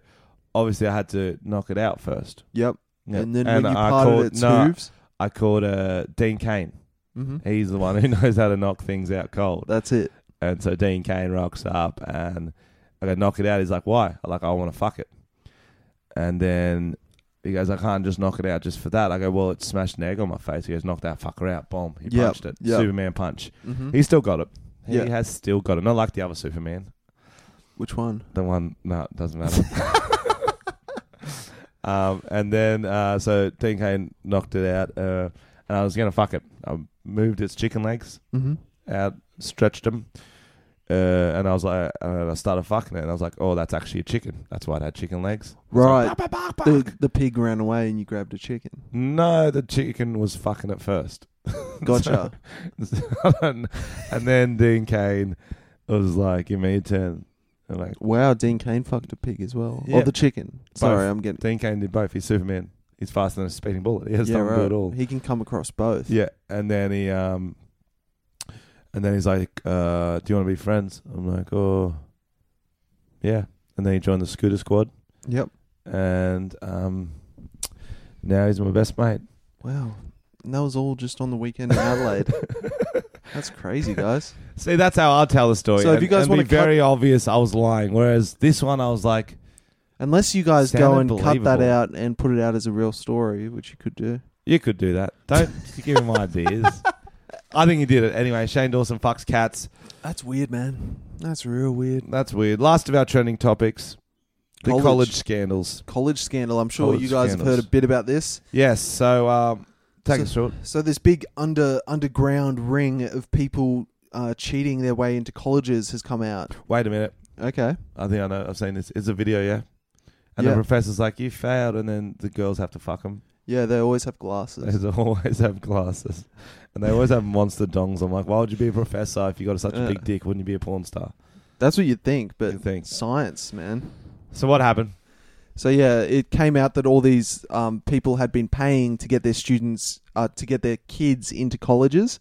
Speaker 3: obviously, I had to knock it out first.
Speaker 2: yep.
Speaker 3: Yep.
Speaker 2: And then when you
Speaker 3: I
Speaker 2: parted
Speaker 3: called-
Speaker 2: its
Speaker 3: no,
Speaker 2: hooves,
Speaker 3: I called uh, Dean Kane.
Speaker 2: hmm
Speaker 3: He's the one who knows how to knock things out cold.
Speaker 2: that's it.
Speaker 3: And so Dean Kane rocks up and I go knock it out. He's like, why? I'm like, I want to fuck it. And then he goes, I can't just knock it out just for that. I go, well, it smashed an egg on my face. He goes, knock that fucker out. Boom. He
Speaker 2: Yep,
Speaker 3: punched it.
Speaker 2: yep.
Speaker 3: Superman punch.
Speaker 2: hmm
Speaker 3: He still got it. He
Speaker 2: Yeah.
Speaker 3: has still got it. Not like the other Superman.
Speaker 2: Which one?
Speaker 3: The one, no, it doesn't matter. um, and then, uh, so Dean Kane knocked it out. Uh, and I was going to fuck it. I moved its chicken legs
Speaker 2: Mm-hmm.
Speaker 3: out, stretched them, uh, and I was like, and I started fucking it, and I was like, oh, that's actually a chicken. That's why it had chicken legs.
Speaker 2: Right. The, the pig ran away, and you grabbed a chicken.
Speaker 3: No, the chicken was fucking it first.
Speaker 2: Gotcha.
Speaker 3: So- and then Dean Kane was like, give me a turn. I'm like,
Speaker 2: wow, Dean Kane fucked a pig as well,
Speaker 3: Yeah.
Speaker 2: or the chicken. Sorry, I'm getting
Speaker 3: Dean Kane did both. He's Superman. He's faster than a speeding bullet. He has
Speaker 2: yeah,
Speaker 3: nothing to do at all.
Speaker 2: right. He can come across both.
Speaker 3: Yeah, and then he um, and then he's like, uh, "Do you want to be friends?" I'm like, "Oh, yeah." And then he joined the scooter squad,
Speaker 2: Yep.
Speaker 3: and um, now he's my best mate.
Speaker 2: Wow. And that was all just on the weekend in Adelaide. That's crazy, guys.
Speaker 3: See, that's how I'll tell the story.
Speaker 2: So if
Speaker 3: And-
Speaker 2: you guys
Speaker 3: and
Speaker 2: wanna
Speaker 3: be very obvious, I was lying. Whereas this one, I was like,
Speaker 2: Unless you guys go and
Speaker 3: Sounded
Speaker 2: cut that
Speaker 3: believable.
Speaker 2: out and put it out as a real story, which you could do.
Speaker 3: "You could do that. Don't give him ideas." I think he did it anyway. Shane Dawson fucks cats.
Speaker 2: That's weird, man. That's real weird.
Speaker 3: That's weird. Last of our trending topics: the college,
Speaker 2: College.
Speaker 3: scandals.
Speaker 2: College scandal. I'm sure
Speaker 3: College
Speaker 2: you guys have
Speaker 3: scandals.
Speaker 2: heard a bit about this.
Speaker 3: Yes. So um, take
Speaker 2: so,
Speaker 3: us through it.
Speaker 2: So this big under underground ring of people uh, cheating their way into colleges has come out.
Speaker 3: Wait a minute.
Speaker 2: Okay.
Speaker 3: I think I know. I've seen this. It's a video, yeah. And the
Speaker 2: Yeah.
Speaker 3: professor's like, "You failed," and then the girls have to fuck them.
Speaker 2: Yeah, they always have glasses.
Speaker 3: They always have glasses, and they always have monster dongs. I'm like, why would you be a professor if you got such a
Speaker 2: Yeah.
Speaker 3: big dick? Wouldn't you be a porn star?
Speaker 2: That's what you'd think, but
Speaker 3: You'd think.
Speaker 2: science, man.
Speaker 3: So what happened?
Speaker 2: So yeah, it came out that all these um, people had been paying to get their students uh, to get their kids into colleges.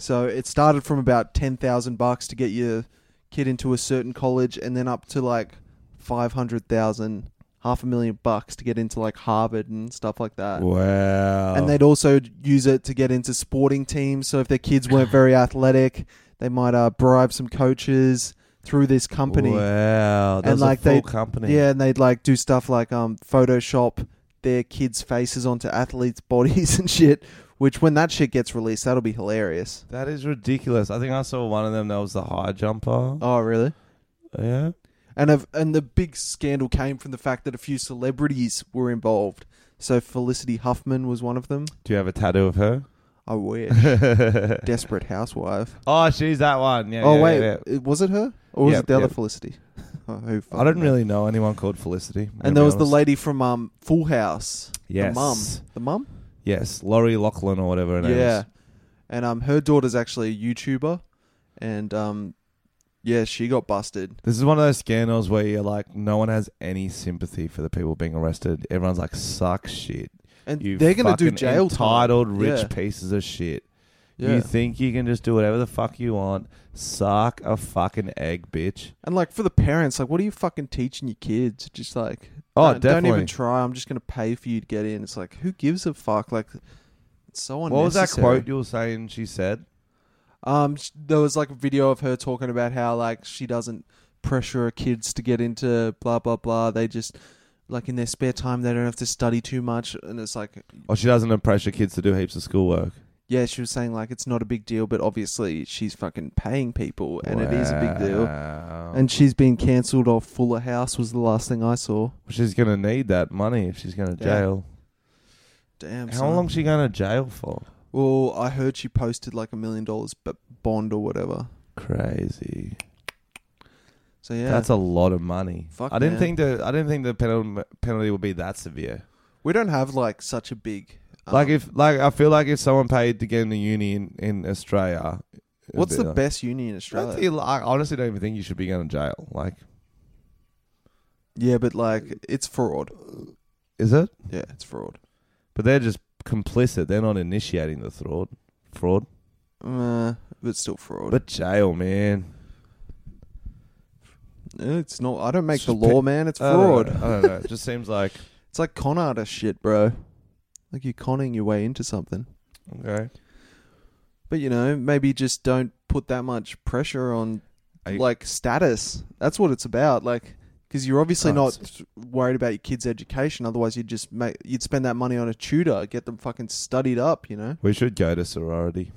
Speaker 2: So it started from about ten thousand bucks to get your kid into a certain college, and then up to like five hundred thousand, half a million bucks to get into like Harvard and stuff like that.
Speaker 3: Wow.
Speaker 2: Uh, And they'd also use it to get into sporting teams. So if their kids weren't very athletic, they might uh, bribe some coaches through this company
Speaker 3: Wow. That's
Speaker 2: and like
Speaker 3: a full
Speaker 2: they
Speaker 3: company.
Speaker 2: yeah, and they'd like do stuff like um Photoshop their kids' faces onto athletes' bodies and shit. Which when that shit gets released, that'll be hilarious.
Speaker 3: That is ridiculous. I think I saw one of them that was the high jumper.
Speaker 2: Oh, really?
Speaker 3: Yeah.
Speaker 2: And of and the big scandal came from the fact that a few celebrities were involved. So Felicity Huffman was one of them.
Speaker 3: Do you have a tattoo of her?
Speaker 2: I wish. Desperate housewife.
Speaker 3: Oh, she's that one. Yeah.
Speaker 2: oh
Speaker 3: yeah,
Speaker 2: wait,
Speaker 3: yeah, yeah.
Speaker 2: it- was it her or was
Speaker 3: Yeah,
Speaker 2: it the other
Speaker 3: yeah.
Speaker 2: Felicity? Oh, who
Speaker 3: I don't
Speaker 2: fucking
Speaker 3: really know anyone called Felicity. I'm
Speaker 2: knows.
Speaker 3: gonna
Speaker 2: And there
Speaker 3: be
Speaker 2: was the
Speaker 3: honest.
Speaker 2: lady from um Full House.
Speaker 3: Yes.
Speaker 2: The mum. The mum.
Speaker 3: Yes, Laurie Lachlan or whatever her name
Speaker 2: Yeah.
Speaker 3: is.
Speaker 2: And um her daughter's actually a YouTuber and um yeah, she got busted.
Speaker 3: This is one of those scandals where you're like, no one has any sympathy for the people being arrested. Everyone's like, suck shit.
Speaker 2: And
Speaker 3: You
Speaker 2: they're gonna do
Speaker 3: fucking
Speaker 2: jail time.
Speaker 3: Entitled rich
Speaker 2: Yeah.
Speaker 3: pieces of shit.
Speaker 2: Yeah.
Speaker 3: You think you can just do whatever the fuck you want? Suck a fucking egg, bitch.
Speaker 2: And like for the parents, like what are you fucking teaching your kids? Just like
Speaker 3: Oh,
Speaker 2: don't,
Speaker 3: definitely.
Speaker 2: don't even try. I'm just gonna pay for you to get in. It's like who gives a fuck? Like it's so unnecessary.
Speaker 3: What was that quote you were saying she said?
Speaker 2: Um, sh- there was like a video of her talking about how like she doesn't pressure her kids to get into blah blah blah. They just like in their spare time they don't have to study too much, and it's like
Speaker 3: Or Oh, she doesn't pressure kids to do heaps of schoolwork.
Speaker 2: yeah, she was saying like it's not a big deal, but obviously she's fucking paying people, and it is a big deal.
Speaker 3: Wow.
Speaker 2: And she's been cancelled off Fuller House was the last thing I saw.
Speaker 3: she's going to need that money if she's going to
Speaker 2: Yeah.
Speaker 3: jail.
Speaker 2: Damn.
Speaker 3: How
Speaker 2: son.
Speaker 3: long's she going to jail for?
Speaker 2: Well, I heard she posted like a million dollars, but bond or whatever.
Speaker 3: Crazy.
Speaker 2: So yeah,
Speaker 3: That's a lot of money.
Speaker 2: Fuck,
Speaker 3: I didn't
Speaker 2: man.
Speaker 3: think the I didn't think the penalty penalty would be that severe.
Speaker 2: we don't have like such a big um,
Speaker 3: like if like I feel like if someone paid to get into uni in, in Australia, it'd
Speaker 2: What's
Speaker 3: be
Speaker 2: the
Speaker 3: like-
Speaker 2: best uni in
Speaker 3: I, uh, don't
Speaker 2: Australia?
Speaker 3: think- I honestly don't even think you should be going to jail. Like,
Speaker 2: Yeah, but like it's fraud.
Speaker 3: is it?
Speaker 2: Yeah, it's fraud.
Speaker 3: But they're just complicit. They're not initiating the fraud. Fraud,
Speaker 2: Uh, but still fraud.
Speaker 3: but jail, man.
Speaker 2: Eh, it's not. I don't make
Speaker 3: It's
Speaker 2: the
Speaker 3: just pe- Uh,
Speaker 2: law, man. It's
Speaker 3: I don't
Speaker 2: fraud.
Speaker 3: know. I don't know. It just seems like
Speaker 2: It's like con artist shit, bro. Like you're conning your way into something.
Speaker 3: okay.
Speaker 2: But you know, maybe just don't put that much pressure on
Speaker 3: Are you-
Speaker 2: like status. That's what it's about. Like, because you're obviously
Speaker 3: Oh,
Speaker 2: not worried about your kids' education. Otherwise, you'd just make you'd spend that money on a tutor, get them fucking studied up. You know,
Speaker 3: We should go to sorority.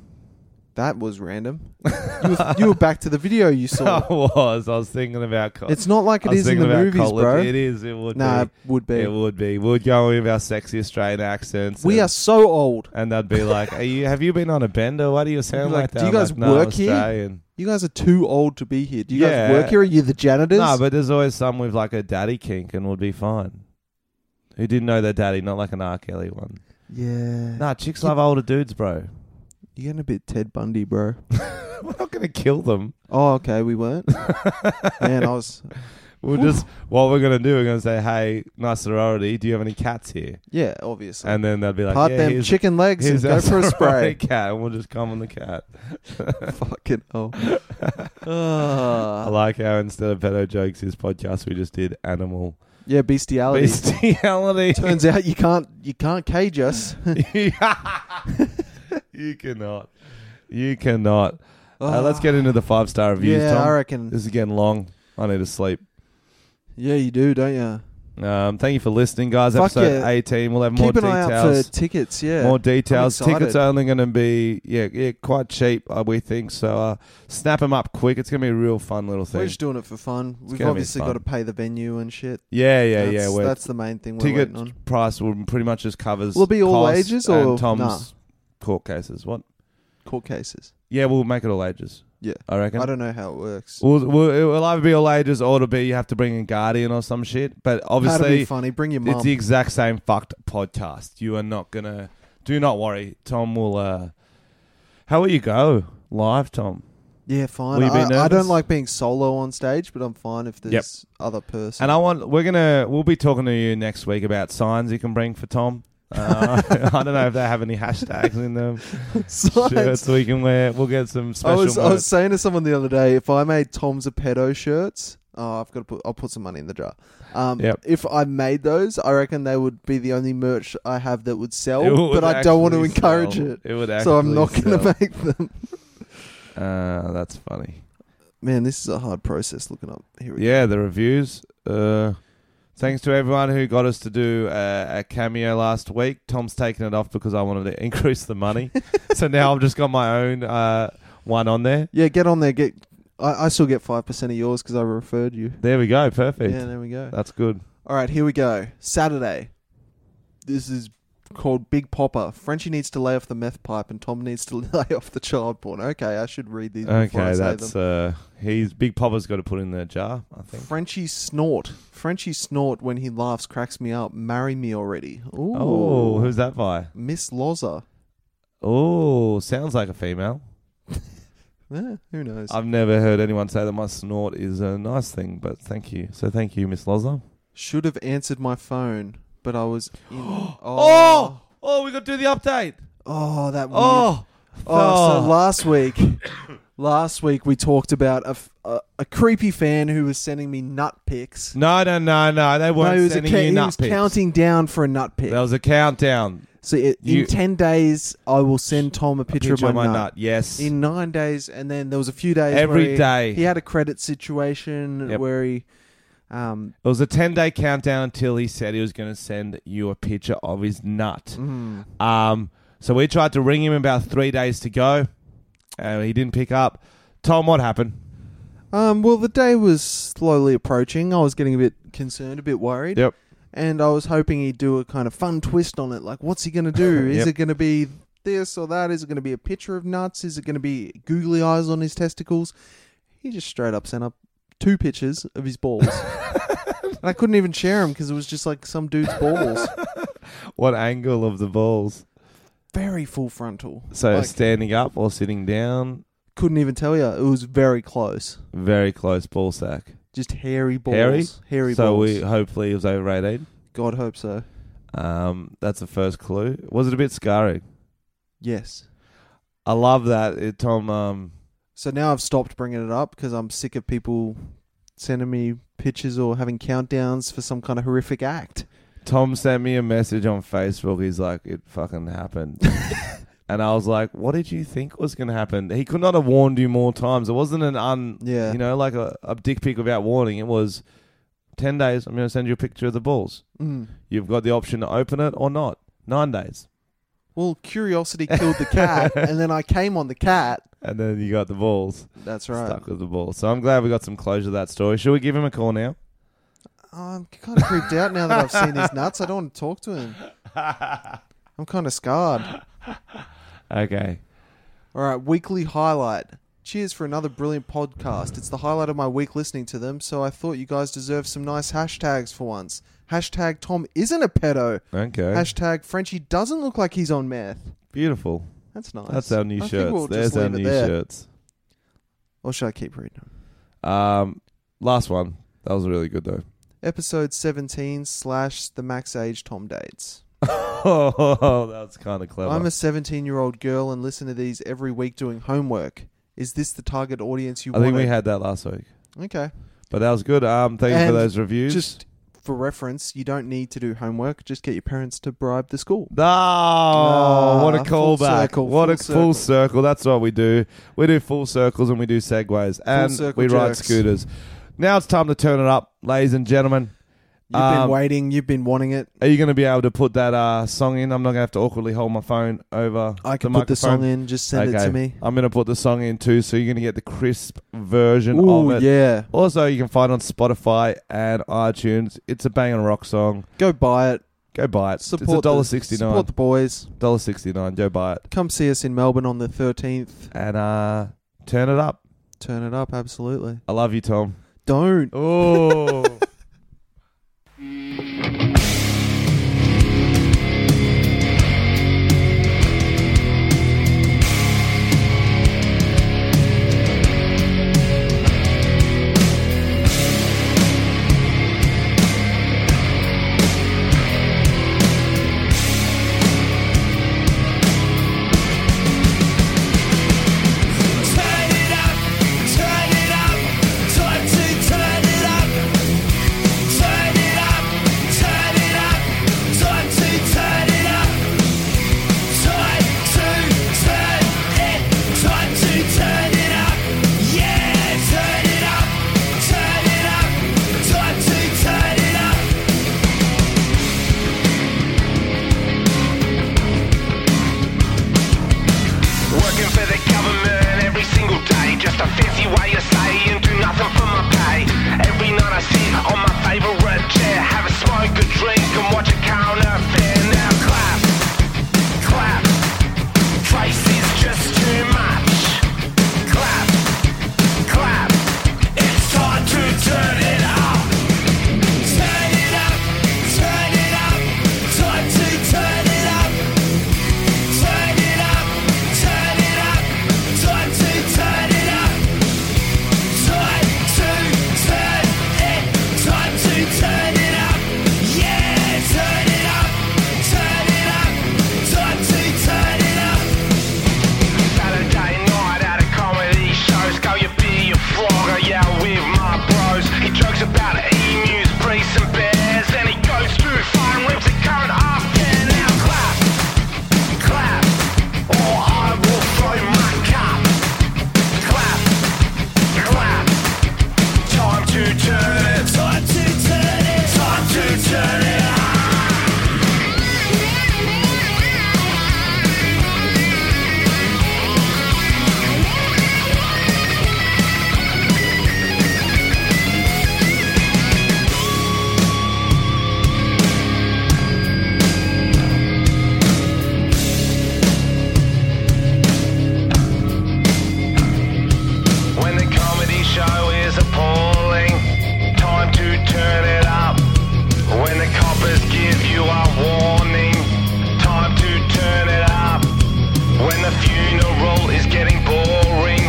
Speaker 2: that was random. you, were, you were back to the video you
Speaker 3: I
Speaker 2: saw.
Speaker 3: was. I was thinking about. Co-
Speaker 2: It's not like
Speaker 3: I
Speaker 2: it
Speaker 3: was
Speaker 2: is in the
Speaker 3: thinking about
Speaker 2: movies,
Speaker 3: college.
Speaker 2: bro.
Speaker 3: It is. It would.
Speaker 2: Nah,
Speaker 3: be.
Speaker 2: it would be.
Speaker 3: It would be. We'd go in with our sexy Australian accents.
Speaker 2: We
Speaker 3: and-
Speaker 2: are so old.
Speaker 3: and they'd be like, "Are you? Have you been on a bender? Why do you sound
Speaker 2: Be like,
Speaker 3: like, that?"
Speaker 2: "Do you
Speaker 3: I'm
Speaker 2: guys
Speaker 3: like, "No, I'm
Speaker 2: work here?"
Speaker 3: Australian."
Speaker 2: You guys are too old to be here. Do you
Speaker 3: Yeah.
Speaker 2: guys work here? Are you the janitors?
Speaker 3: Nah, but there's always some with like a daddy kink and would be fine. Who didn't know their daddy? Not like an R. Kelly one.
Speaker 2: yeah.
Speaker 3: Nah, chicks love older dudes, bro.
Speaker 2: You're getting a bit Ted Bundy, bro.
Speaker 3: We're not gonna kill them.
Speaker 2: Oh, okay, we weren't. Man, I was.
Speaker 3: We'll just what we're gonna do. We're gonna say, "Hey, nice sorority. Do you have any cats here?"
Speaker 2: Yeah, obviously.
Speaker 3: And then they'd be like,
Speaker 2: Part
Speaker 3: yeah,
Speaker 2: them
Speaker 3: here's-
Speaker 2: chicken legs and
Speaker 3: Here's
Speaker 2: go
Speaker 3: our
Speaker 2: for a
Speaker 3: sorority
Speaker 2: spray.
Speaker 3: cat, and we'll just come on the cat.
Speaker 2: Fucking oh.
Speaker 3: I
Speaker 2: Ah.
Speaker 3: like how instead of pedo jokes, this podcast we just did animal
Speaker 2: yeah, bestiality.
Speaker 3: bestiality.
Speaker 2: Turns out you can't you can't cage us.
Speaker 3: you cannot. You cannot. Uh, let's get into the five star reviews,
Speaker 2: Ah. yeah,
Speaker 3: Tom.
Speaker 2: I reckon.
Speaker 3: This is getting long. I need to sleep.
Speaker 2: Yeah, you do, don't you?
Speaker 3: Um, thank you for listening, guys.
Speaker 2: Fuck
Speaker 3: Episode
Speaker 2: yeah.
Speaker 3: 18. We'll have more
Speaker 2: Keep an eye
Speaker 3: details.
Speaker 2: out for tickets, yeah.
Speaker 3: More
Speaker 2: I'm
Speaker 3: details. Tickets
Speaker 2: excited.
Speaker 3: are only going to be yeah, yeah, quite cheap. Uh, we think so. Uh, snap them up quick. It's going to be a real fun little thing.
Speaker 2: We're just doing it for fun. We've
Speaker 3: gonna be
Speaker 2: obviously
Speaker 3: fun.
Speaker 2: got to pay the venue and shit.
Speaker 3: yeah, yeah,
Speaker 2: that's,
Speaker 3: yeah. we're-
Speaker 2: That's the main thing we're
Speaker 3: ticket
Speaker 2: waiting on.
Speaker 3: price will pretty much just covers.
Speaker 2: Will it be all
Speaker 3: costs
Speaker 2: ages
Speaker 3: and
Speaker 2: or
Speaker 3: Tom's
Speaker 2: nah?
Speaker 3: court cases? What?
Speaker 2: Court cases.
Speaker 3: Yeah, we'll make it all ages.
Speaker 2: Yeah.
Speaker 3: I reckon.
Speaker 2: I don't know how it works.
Speaker 3: Well, well, it'll either be all ages or it'll be you have to bring a guardian or some shit. But obviously,
Speaker 2: funny. Bring your
Speaker 3: It's
Speaker 2: mum.
Speaker 3: the exact same fucked podcast. You are not gonna. Do not worry. Tom will. uh How will you go live, Tom?
Speaker 2: Yeah, fine.
Speaker 3: Will you be
Speaker 2: I, I
Speaker 3: nervous?
Speaker 2: don't like being solo on stage, but I'm fine if there's other person.
Speaker 3: And I want we're gonna we'll be talking to you next week about signs you can bring for Tom. Uh, I don't know if they have any hashtags in them.
Speaker 2: Signs.
Speaker 3: Shirts we can wear. We'll get some
Speaker 2: I
Speaker 3: special.
Speaker 2: was I
Speaker 3: merch.
Speaker 2: was saying to someone the other day, if I made Tom's a pedo shirts, oh, I've got to put I'll put some money in the jar. Um,
Speaker 3: Yep.
Speaker 2: If I made those, I reckon they would be the only merch I have that would sell.
Speaker 3: It would
Speaker 2: but I don't want to
Speaker 3: actually
Speaker 2: encourage
Speaker 3: sell.
Speaker 2: it.
Speaker 3: It would
Speaker 2: so I'm not
Speaker 3: actually
Speaker 2: going
Speaker 3: sell.
Speaker 2: to make them.
Speaker 3: uh, that's funny.
Speaker 2: Man, this is a hard process. Looking up here. We
Speaker 3: Yeah, the reviews. Uh, thanks to everyone who got us to do a, a cameo last week. Tom's taken it off because I wanted to increase the money, so now I've just got my own uh, one on there.
Speaker 2: Yeah, get on there. Get I, I still get five percent of yours because I referred you.
Speaker 3: There we go. Perfect.
Speaker 2: Yeah, there we go.
Speaker 3: That's good.
Speaker 2: All right, here we go. Saturday. This is called Big Popper. Frenchie needs to lay off the meth pipe, and Tom needs to lay off the child porn. Okay, I should read these. Before I say
Speaker 3: Okay, that's
Speaker 2: them.
Speaker 3: uh, he's Big Popper's got to put in the jar. I think.
Speaker 2: Frenchie snort. Frenchie snort when he laughs cracks me up. Marry me already. Ooh.
Speaker 3: Oh, who's that by?
Speaker 2: Miss Loza.
Speaker 3: Oh, sounds like a female.
Speaker 2: Eh, who knows?
Speaker 3: I've never heard anyone say that my snort is a nice thing, but thank you. So thank you, Miss Loza.
Speaker 2: Should have answered my phone, but I was. In- oh.
Speaker 3: Oh, oh, we got to do the update.
Speaker 2: Oh, that. Weird.
Speaker 3: Oh,
Speaker 2: Oh, so last week, last week we talked about a, f- a, a creepy fan who was sending me nut pics.
Speaker 3: No, no, no, no. They
Speaker 2: No,
Speaker 3: weren't
Speaker 2: he was, a
Speaker 3: sending
Speaker 2: ca-
Speaker 3: you
Speaker 2: he
Speaker 3: nut
Speaker 2: was
Speaker 3: pics.
Speaker 2: counting down for a nut pic.
Speaker 3: There was a countdown.
Speaker 2: so i
Speaker 3: You-
Speaker 2: in ten days, I will send Tom a picture,
Speaker 3: Picture
Speaker 2: of my, nut.
Speaker 3: Yes.
Speaker 2: In nine days, and then there was a few days.
Speaker 3: Every
Speaker 2: where he,
Speaker 3: day.
Speaker 2: he had a credit situation
Speaker 3: Yep.
Speaker 2: where he, um,
Speaker 3: it was a 10 day countdown until he said he was going to send you a picture of his nut.
Speaker 2: Mm.
Speaker 3: Um, so we tried to ring him about three days to go, and he didn't pick up. Tom, what happened?
Speaker 2: um, well, the day was slowly approaching. I was getting a bit concerned, a bit worried.
Speaker 3: Yep.
Speaker 2: and I was hoping he'd do a kind of fun twist on it. Like, what's he going to do? Is
Speaker 3: Yep.
Speaker 2: it going to be this or that? Is it going to be a picture of nuts? Is it going to be googly eyes on his testicles? He just straight up sent up two pictures of his balls. and I couldn't even share them because it was just like some dude's balls.
Speaker 3: What angle of the balls?
Speaker 2: Very full frontal.
Speaker 3: So
Speaker 2: Like,
Speaker 3: standing up or sitting down?
Speaker 2: couldn't even tell you. It was very close.
Speaker 3: Very close ball sack.
Speaker 2: Just hairy balls.
Speaker 3: Hairy?
Speaker 2: Hairy
Speaker 3: so
Speaker 2: balls.
Speaker 3: we hopefully it was over 18.
Speaker 2: God hope so.
Speaker 3: Um, that's the first clue. Was it a bit scarring?
Speaker 2: Yes.
Speaker 3: I love that, it, Tom. Um,
Speaker 2: So now I've stopped bringing it up because I'm sick of people sending me pictures or having countdowns for some kind of horrific act.
Speaker 3: Tom sent me a message on Facebook. He's like, "It fucking happened," and I was like, "What did you think was going to happen?" He could not have warned you more times. It wasn't an un,
Speaker 2: Yeah.
Speaker 3: you know, like a, a dick pic without warning. It was ten days. I'm going to send you a picture of the balls.
Speaker 2: Mm.
Speaker 3: You've got the option to open it or not. Nine days,
Speaker 2: Well, curiosity killed the cat, and then I came on the cat.
Speaker 3: and then you got the balls.
Speaker 2: That's right.
Speaker 3: Stuck with the balls. So I'm glad we got some closure to that story. Should we give him a call now?
Speaker 2: Oh, I'm kind of creeped out now that I've seen his nuts. I don't want to talk to him. I'm kind of scarred.
Speaker 3: Okay.
Speaker 2: All right, weekly highlight. Cheers for another brilliant podcast. It's the highlight of my week listening to them, so I thought you guys deserve some nice hashtags for once. Hashtag Tom isn't a pedo.
Speaker 3: Okay.
Speaker 2: Hashtag Frenchie doesn't look like he's on meth.
Speaker 3: Beautiful.
Speaker 2: That's nice.
Speaker 3: That's our new
Speaker 2: I think
Speaker 3: shirts.
Speaker 2: we'll just
Speaker 3: There's our
Speaker 2: leave it
Speaker 3: new
Speaker 2: there.
Speaker 3: shirts.
Speaker 2: Or should I keep reading?
Speaker 3: Um, last one. That was really good though.
Speaker 2: Episode 17 slash the max age Tom dates.
Speaker 3: oh, that's kind of clever.
Speaker 2: I'm a 17 year old girl and listen to these every week doing homework. Is this the target audience you
Speaker 3: I
Speaker 2: want?
Speaker 3: think we had that last week,
Speaker 2: Okay.
Speaker 3: but that was good. Um, thank you for
Speaker 2: And
Speaker 3: those reviews.
Speaker 2: Just for reference, you don't need to do homework. Just get your parents to bribe the school.
Speaker 3: Oh, what a
Speaker 2: full
Speaker 3: callback!
Speaker 2: circle,
Speaker 3: What a
Speaker 2: full
Speaker 3: full circle. That's what we do. We do full circles and we do segues and
Speaker 2: circle
Speaker 3: we ride
Speaker 2: jerks.
Speaker 3: scooters. Now it's time to turn it up, ladies and gentlemen.
Speaker 2: You've been waiting. You've been wanting it.
Speaker 3: Are you going to be able to put that uh, song in? I'm not going to have to awkwardly hold my phone over.
Speaker 2: I can
Speaker 3: the
Speaker 2: put the
Speaker 3: microphone.
Speaker 2: song in, just send it to me.
Speaker 3: I'm going to put the song in too, so you're going to get the crisp version
Speaker 2: Ooh,
Speaker 3: of it.
Speaker 2: yeah.
Speaker 3: Also, you can find it on Spotify and iTunes. It's a bang and rock song.
Speaker 2: Go buy it.
Speaker 3: Go buy it.
Speaker 2: Support the-
Speaker 3: it's $1.69.
Speaker 2: support the boys.
Speaker 3: $1.69. Go buy it.
Speaker 2: Come see us in Melbourne on the 13th.
Speaker 3: And uh, turn it up.
Speaker 2: Turn it up, absolutely.
Speaker 3: I love you, Tom.
Speaker 2: Don't.
Speaker 3: Oh.
Speaker 12: Turn it up, turn it up, time to turn it up. Turn it up, turn it up, time to turn it up. Time to turn it, time to turn it up. Yeah, turn it up, turn it up, time to turn it up.
Speaker 13: Working for the government every single day. Just a fancy way of saying do nothing for my pay. Every night I sit on my favourite chair, have a smoke, a drink, and watch a current affair. Now clap, clap. Price is just too much. Clap, clap. It's time to turn it up.
Speaker 12: Turn it up, turn it up, time to turn it up. Turn it up, turn it up, time to turn it up. Time to turn it, time to turn it up. Yeah, turn it up, turn it up, time to turn it up.
Speaker 13: Saturday night at a comedy shows. Go your beer, your frogger, yeah, with my bros. He jokes about emus, priests, and bears. Then he goes too far and rips the current off. Yeah, now clap, clap, or I will throw my cup. Clap, clap. Time to turn it. Time to turn it. Time to turn it. When the comedy show is appalling, time to turn it up. When the coppers give you a warning, time to turn it up. When the funeral is getting boring,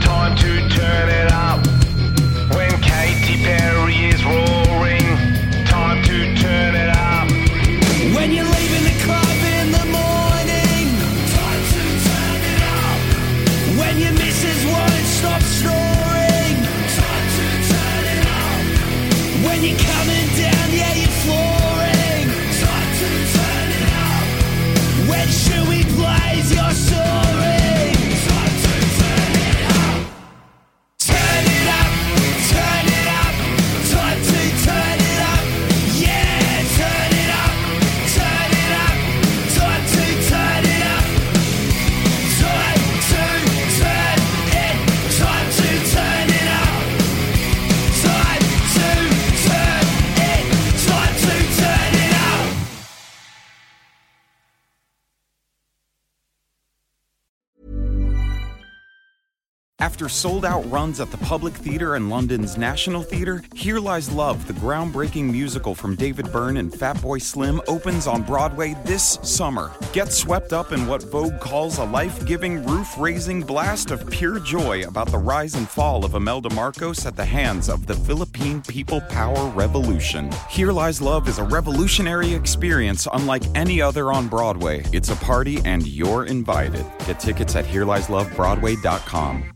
Speaker 13: time to turn it up. When Katy Perry is roaring, time to turn it up.
Speaker 12: When you're leaving the club in the morning, time to turn it up. When your missus won't stop snoring, time to turn it up. When you're coming down, yeah, you're flooring, time to turn it up. When Chewy plays, you're soaring, time to turn it up. Turn it up, turn it up, time to turn it up. Yeah, turn it up. Turn it up, time to turn it up. Time to turn it, time to turn it up. Time to turn it, time to turn it up.
Speaker 1: After sold out runs at the Public Theatre and London's National Theatre, Here Lies Love, the groundbreaking musical from David Byrne and Fatboy Slim, opens on Broadway this summer. Get swept up in what Vogue calls a life giving, roof raising blast of pure joy about the rise and fall of Imelda Marcos at the hands of the Philippine People Power Revolution. Here Lies Love is a revolutionary experience unlike any other on Broadway. It's a party, and you're invited. Get tickets at HereLiesLoveBroadway.com.